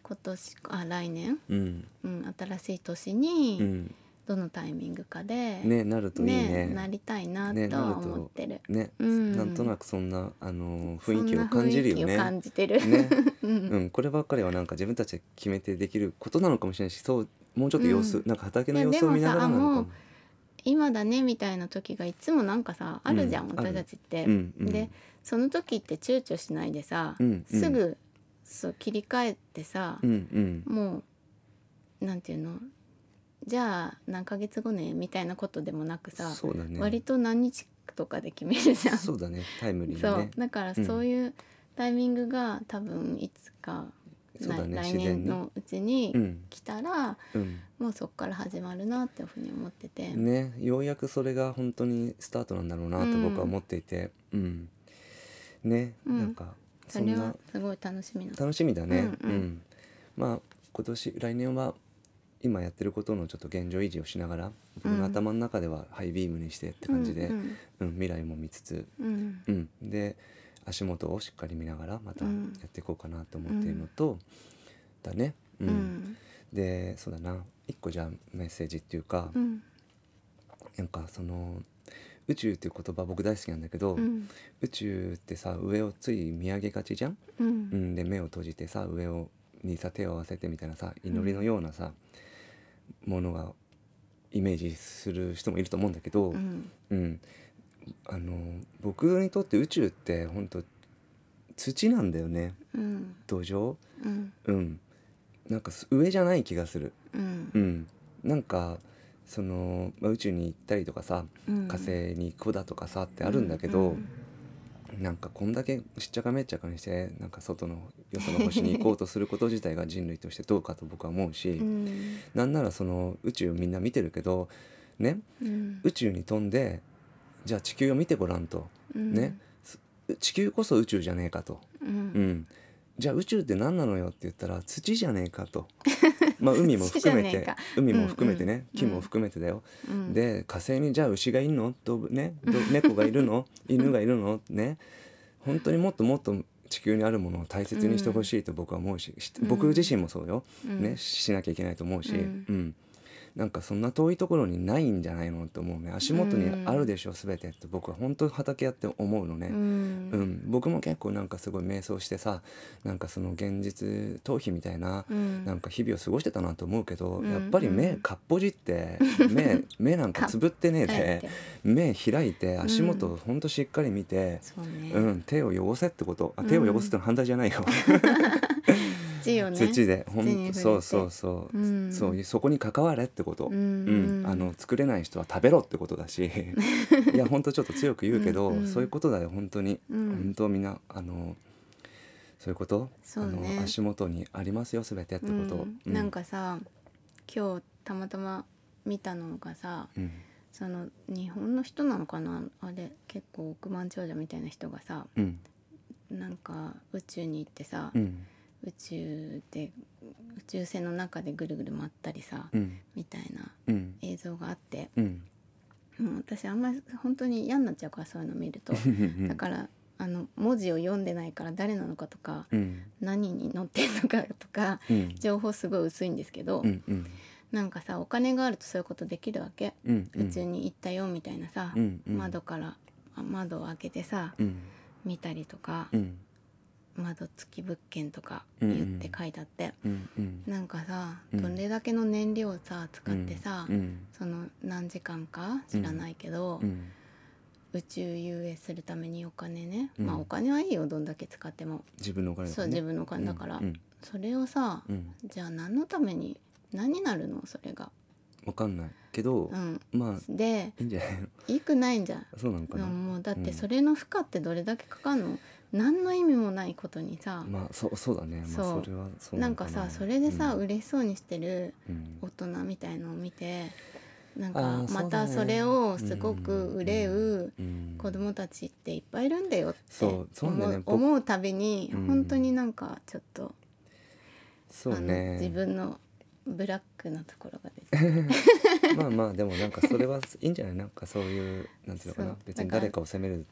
S1: 今年あ来年、
S2: うん
S1: うん、新しい年
S2: う
S1: に
S2: ん
S1: どのタイミングかで、
S2: ねなるといいね
S1: なりたいな
S2: ね
S1: と
S2: なる
S1: は
S2: と
S1: 思ってる。
S2: ね
S1: うん
S2: なんとなくそんなあの
S1: そん
S2: 雰囲気を
S1: な
S2: 感じる
S1: 雰
S2: よ
S1: 囲気を
S2: ね
S1: 感じてる。
S2: ね
S1: [LAUGHS] うん
S2: うんこればっかりはなんか自分たちで決めてできることなのかもしれないしそうもうちょっと様子、
S1: うん
S2: なんか畑の
S1: いや
S2: 様子を見ながらなのか
S1: でもさ今だねみたいな時がいつもなんかさあるじゃん、
S2: うん
S1: 私たちって。
S2: うんうん
S1: でその時って躊躇しないでさ、
S2: うんうん
S1: すぐそう切り替えてさ
S2: う、んうん
S1: もうなんていうのじゃあ何ヶ月後ねみたいなことでもなくさ、
S2: そうだね
S1: 割と何日とかで決めるじゃん。
S2: そうだねタイムリー
S1: そ
S2: に
S1: う
S2: ね
S1: だからそういうタイミングが多分いつか、
S2: そうだね
S1: な来
S2: 自然
S1: 年
S2: に
S1: のうちに
S2: うん
S1: 来たら、
S2: うん
S1: もうそこから始まるなっていうふうに思ってて。
S2: ね、ようやくそれが本当にスタートなんだろうなと僕は思っていて、うんね、
S1: うん
S2: なんか
S1: そ
S2: そん
S1: れ
S2: な
S1: はすごい楽しみな
S2: 楽しみだね、
S1: うんうん
S2: まあ今年来年は今やってることのちょっと現状維持をしながら僕の頭の中ではハイビームにしてって感じで、
S1: う
S2: う
S1: んん
S2: 未来も見つつ、
S1: うんうん
S2: うん、で足元をしっかり見ながらまた
S1: う
S2: や
S1: ん
S2: っていこうかなと思っているのと、だね、うん
S1: うん
S2: でそうだな一個じゃあメッセージっていうか、
S1: うん
S2: なんかその宇宙っていう言葉僕大好きなんだけど、
S1: うん
S2: 宇宙ってさ上をつい見上げがちじゃん、
S1: う
S2: うんん、で目を閉じてさ上をにさ手を合わせてみたいなさ祈りのようなさ、ものがイメージする人もいると思うんだけど、
S1: う
S2: うん
S1: ん
S2: あの僕にとって宇宙って本当土なんだよね
S1: うん
S2: 土壌、
S1: うん
S2: うん、なんか上じゃない気がする、
S1: うん
S2: うん、なんかその、まあ、宇宙に行ったりとかさ、
S1: うん
S2: 火星に行くだとかさってあるんだけど、
S1: うん
S2: なんかこんだけしっちゃかめっちゃかにしてなんか外のよその星に行こうとすること自体が人類としてどうかと僕は思うし、
S1: うん
S2: なんならその宇宙みんな見てるけどね
S1: うん
S2: 宇宙に飛んでじゃあ地球を見てごらんと、
S1: うん
S2: ねす地球こそ宇宙じゃねえかと、
S1: う
S2: うんん、じゃあ宇宙って何なのよって言ったら土じゃねえ
S1: [LAUGHS]
S2: かとまあ海も含め
S1: 土じゃねえ
S2: て
S1: か
S2: 海も含めてね、
S1: うん
S2: 木も含めてだよ、
S1: うん
S2: で火星にじゃあ牛がい
S1: [LAUGHS]
S2: るの動物ねど猫がいるの犬がいるのね本当にもっともっと地球にあるものを大切にしてほしいと僕は思うし、し
S1: うん
S2: 僕自身もそうよ、
S1: うん
S2: ね、しなきゃいけないと思うし、う
S1: うんん
S2: なんかそんな遠いところにないんじゃないのと思うね足元にあるでしょ全てって僕は本当畑やって思うのね。
S1: う
S2: うんん、僕も結構なんかすごい迷走してさなんかその現実逃避みたいな,、
S1: うん
S2: なんか日々を過ごしてたなと思うけど、
S1: うん
S2: やっぱり目かっぽじって
S1: [LAUGHS]
S2: 目目なんかつぶってねえ
S1: だっ
S2: で
S1: て
S2: 目開いて足元
S1: う
S2: をほんとしっかり見て、
S1: そうね、
S2: うん手を汚せってことあ手を汚すってのは反対じゃないよ、
S1: 土よね
S2: 土でほ
S1: 土に触
S2: ん
S1: れ
S2: と
S1: て
S2: そうそうそう、
S1: うん
S2: そういうそこに関われってこと。
S1: うん
S2: うん、あの作れない人は食べろってことだ
S1: [LAUGHS]
S2: しいや本当ちょっと強く言うけど
S1: うんうん
S2: そういうことだよ本当に、
S1: うん
S2: 本当みんなあのそういうこと
S1: そうね
S2: あの足元にありますよ全てって
S1: う
S2: こと、
S1: んなん、かさ今日たまたま見たのがさ
S2: うん
S1: その日本の人なのかなあれ結構億万長者みたいな人がさ
S2: うん
S1: なんか宇宙に行ってさ、
S2: うん
S1: 宇宙で宇宙船の中でぐるぐる回ったりさ、
S2: うん
S1: みたいな
S2: うん
S1: 映像があって
S2: うん
S1: もう私あんまり本当に嫌になっちゃうからそういうの見るとだからあの文字を読んでないから誰なのかとか
S2: うん
S1: 何に載ってんのかとか
S2: うん
S1: 情報すごい薄いんですけど、
S2: うんうん
S1: なんかさお金があるとそういうことできるわけ、
S2: うんうん
S1: 宇宙に行ったよみたいなさ、
S2: うんうん
S1: 窓からあ窓を開けてさ、
S2: うん
S1: 見たりとか、
S2: うん
S1: 窓付き物件とか言って書いてあって、
S2: うんうん
S1: なんかさ、
S2: うん
S1: どれだけの燃料をさ使ってさ、
S2: うん
S1: その何時間か知らないけど、
S2: うん
S1: 宇宙遊泳するためにお金ね、
S2: うん
S1: まあお金はいいよどんだけ使っても、
S2: 自分のお金だか
S1: そう
S2: らね
S1: 自分のお金だから、
S2: うん
S1: それをさ、
S2: うんうん
S1: じゃあ何のために何になるのそれが。
S2: わかんないけど、
S1: うん、
S2: まあ
S1: で
S2: いいんじゃないの
S1: いいくないんじゃん
S2: そうなのか
S1: で
S2: な、
S1: ももうだっ
S2: う
S1: て
S2: ん
S1: それの負荷ってどれだけかかるの、何の意味もないことにさ、
S2: まあそうそうだね、まあ、
S1: そ
S2: そうれはそう
S1: な
S2: の
S1: ん
S2: か
S1: かさそれでさ、
S2: うん
S1: 嬉しそうにしてる
S2: うん
S1: 大人みたいのを見てなん
S2: あ
S1: か
S2: ー
S1: また
S2: そう
S1: そ
S2: だね
S1: れをすごく憂う
S2: うん
S1: 子供たちっていっぱいいるんだよって
S2: そう
S1: 思
S2: そうなんだよね
S1: う
S2: 僕
S1: 思うたびに
S2: うん
S1: 本当になんかちょっと、
S2: そう
S1: あ
S2: ね
S1: の自分のブラックなところが出て
S2: [LAUGHS] まあまあでもなんかそれはいいんじゃないなんかそういうなんていうのかな
S1: そう
S2: 別
S1: だ
S2: に
S1: から
S2: 誰かを責める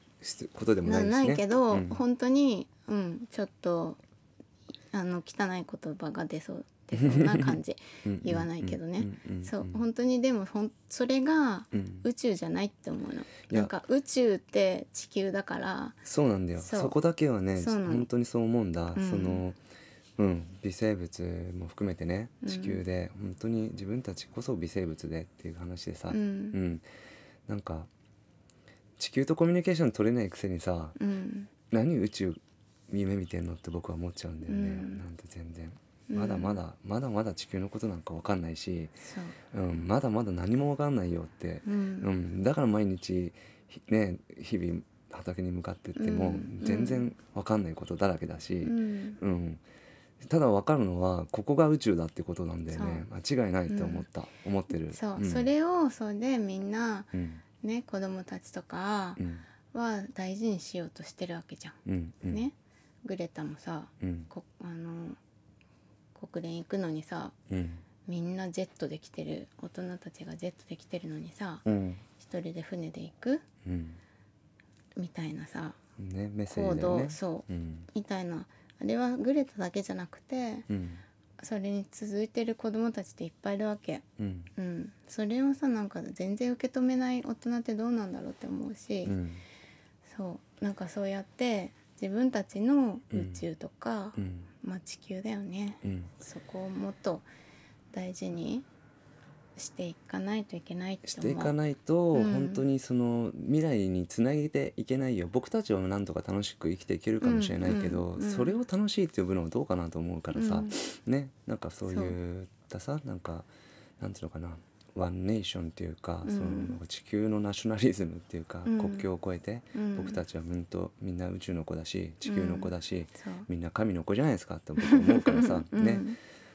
S2: ことでも
S1: な
S2: な
S1: い
S2: しね
S1: ないけど、
S2: うん
S1: 本当に、うん、ちょっとあの汚い言葉が出そう出そうな感
S2: [LAUGHS]
S1: じ。言わないけどねそう本当にでもほんそれが
S2: うん
S1: 宇宙じゃないって思うの
S2: や
S1: なんか宇宙って地球だから
S2: そうなんだよ
S1: そ
S2: そうこだけはね
S1: そうなの
S2: 本当にそう思うんだ、
S1: うん
S2: そのうん微生物も含めてね
S1: うん
S2: 地球で、本当に自分たちこそ微生物でっていう話でさ、
S1: う
S2: うんんなんか地球とコミュニケーション取れないくせにさ
S1: うん
S2: 何宇宙夢見てんのって僕は思っちゃうんだよね、
S1: うん
S2: なんて全然
S1: うん
S2: まだまだ、まだまだ地球のことなんか分かんないし、
S1: そう
S2: うん、まだまだ何も分かんないよって、
S1: う
S2: うんん、だから毎日ひね日々畑に向かってって
S1: う
S2: も
S1: ん
S2: 全然分かんないことだらけだし、
S1: う
S2: うん
S1: ん
S2: ただ分かるのはここが宇宙だってことなんだよね間違いないと思った、思ってる
S1: そう、
S2: ん
S1: それをそれでみんな
S2: うん
S1: ね子供たちとか
S2: うん
S1: は大事にしようとしてるわけじゃん、
S2: うんうん
S1: ねグレタもさ
S2: うん
S1: こあの国連行くのにさ
S2: うん
S1: みんなジェットで来てる大人たちがジェットで来てるのにさ
S2: うん
S1: 一人で船で行く
S2: うん
S1: みたいなさ
S2: ねメッセー
S1: 行
S2: ジだよ
S1: 動、
S2: ね
S1: そう
S2: うん
S1: みたいなあれはグレタだけじゃなくて
S2: うん
S1: それに続いてる子供たちっていっぱいいるわけ、
S2: うん
S1: うん、それをさなんか全然受け止めない大人ってどうなんだろうって思うし、
S2: うん
S1: そうなんかそうやって自分たちの
S2: うん
S1: 宇宙とか、
S2: うん
S1: まあ、地球だよね、
S2: うん
S1: そこをもっと大事にしていかないといけないって思う
S2: していかないと
S1: うん
S2: 本当にその未来につなげていけないよ僕たちはなんとか楽しく生きていけるかもしれないけど
S1: うんうん
S2: それを楽しいって呼ぶのはどうかなと思うからさねなんかそう
S1: そう
S2: いったさなんかなんていうのかなワンネーションっていうか
S1: うん
S2: その地球のナショナリズムっていうか
S1: うん
S2: 国境を越えて
S1: うん
S2: 僕たちはうんとみんな宇宙の子だし地球の子だし
S1: そう
S2: みんな神の子じゃないですかって僕は思うから
S1: [LAUGHS]
S2: さね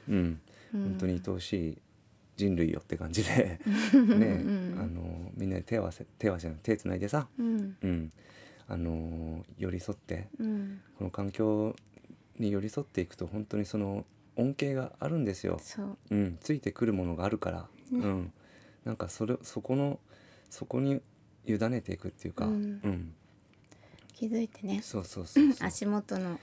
S2: う
S1: う
S2: ん。
S1: ん
S2: 本当に愛おしい人類よって
S1: [LAUGHS]
S2: 感じで
S1: うん
S2: ね
S1: うん
S2: あのみんなで手を合わせ手を合わせじゃない手つないでさ、
S1: うん
S2: うん、あの寄り添って
S1: うん
S2: この環境に寄り添っていくと本当にその恩恵があるんですよ、
S1: そう
S2: うん、ついてくるものがあるから、
S1: ね
S2: うん、なんかそれそこのそこに委ねていくっていうか、
S1: う
S2: うん
S1: ん
S2: うん、
S1: 気づいてね
S2: そうそうそうそう
S1: 足元の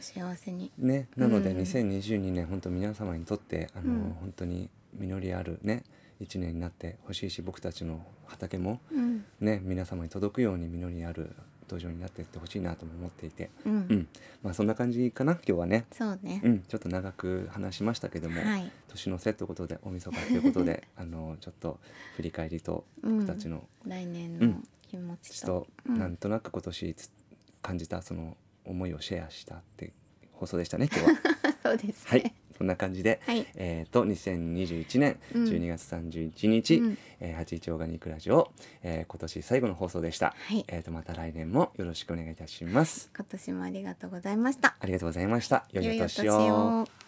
S1: 幸せに
S2: ね、なので
S1: うん
S2: 2022年本当皆様にとってあの、
S1: うん
S2: 本当に実りあるね一年になってほしいし僕たちの畑も
S1: うん
S2: ね皆様に届くように実りある土壌になっていってほしいなとも思っていて、
S1: うん、
S2: うん、まあそんな感じかな今日はね、
S1: そうね
S2: う、ん、ちょっと長く話しましたけども、
S1: はい
S2: 年の瀬ということで大晦日ということ
S1: [LAUGHS]
S2: であのちょっと振り返りと
S1: うん
S2: 僕たちの
S1: 来年
S2: う
S1: の
S2: ん
S1: 気持ち
S2: ち
S1: と、
S2: と、なんとなく今年つ感じたその思いをシェアしたって放送でしたね今
S1: [LAUGHS]
S2: 日は。
S1: [LAUGHS] そうです
S2: はい
S1: ね、
S2: そんな感じで、
S1: はい
S2: えっ、と2021年
S1: うん
S2: 12月31日、
S1: うん
S2: えー、81オーガニックラジオ、えー今年最後の放送でした。
S1: はい
S2: えっ、とまた来年もよろしくお願いいたします。
S1: 今年もありがとうございました
S2: ありがとうございました。良いお
S1: 良
S2: 年
S1: いお
S2: を。
S1: 年を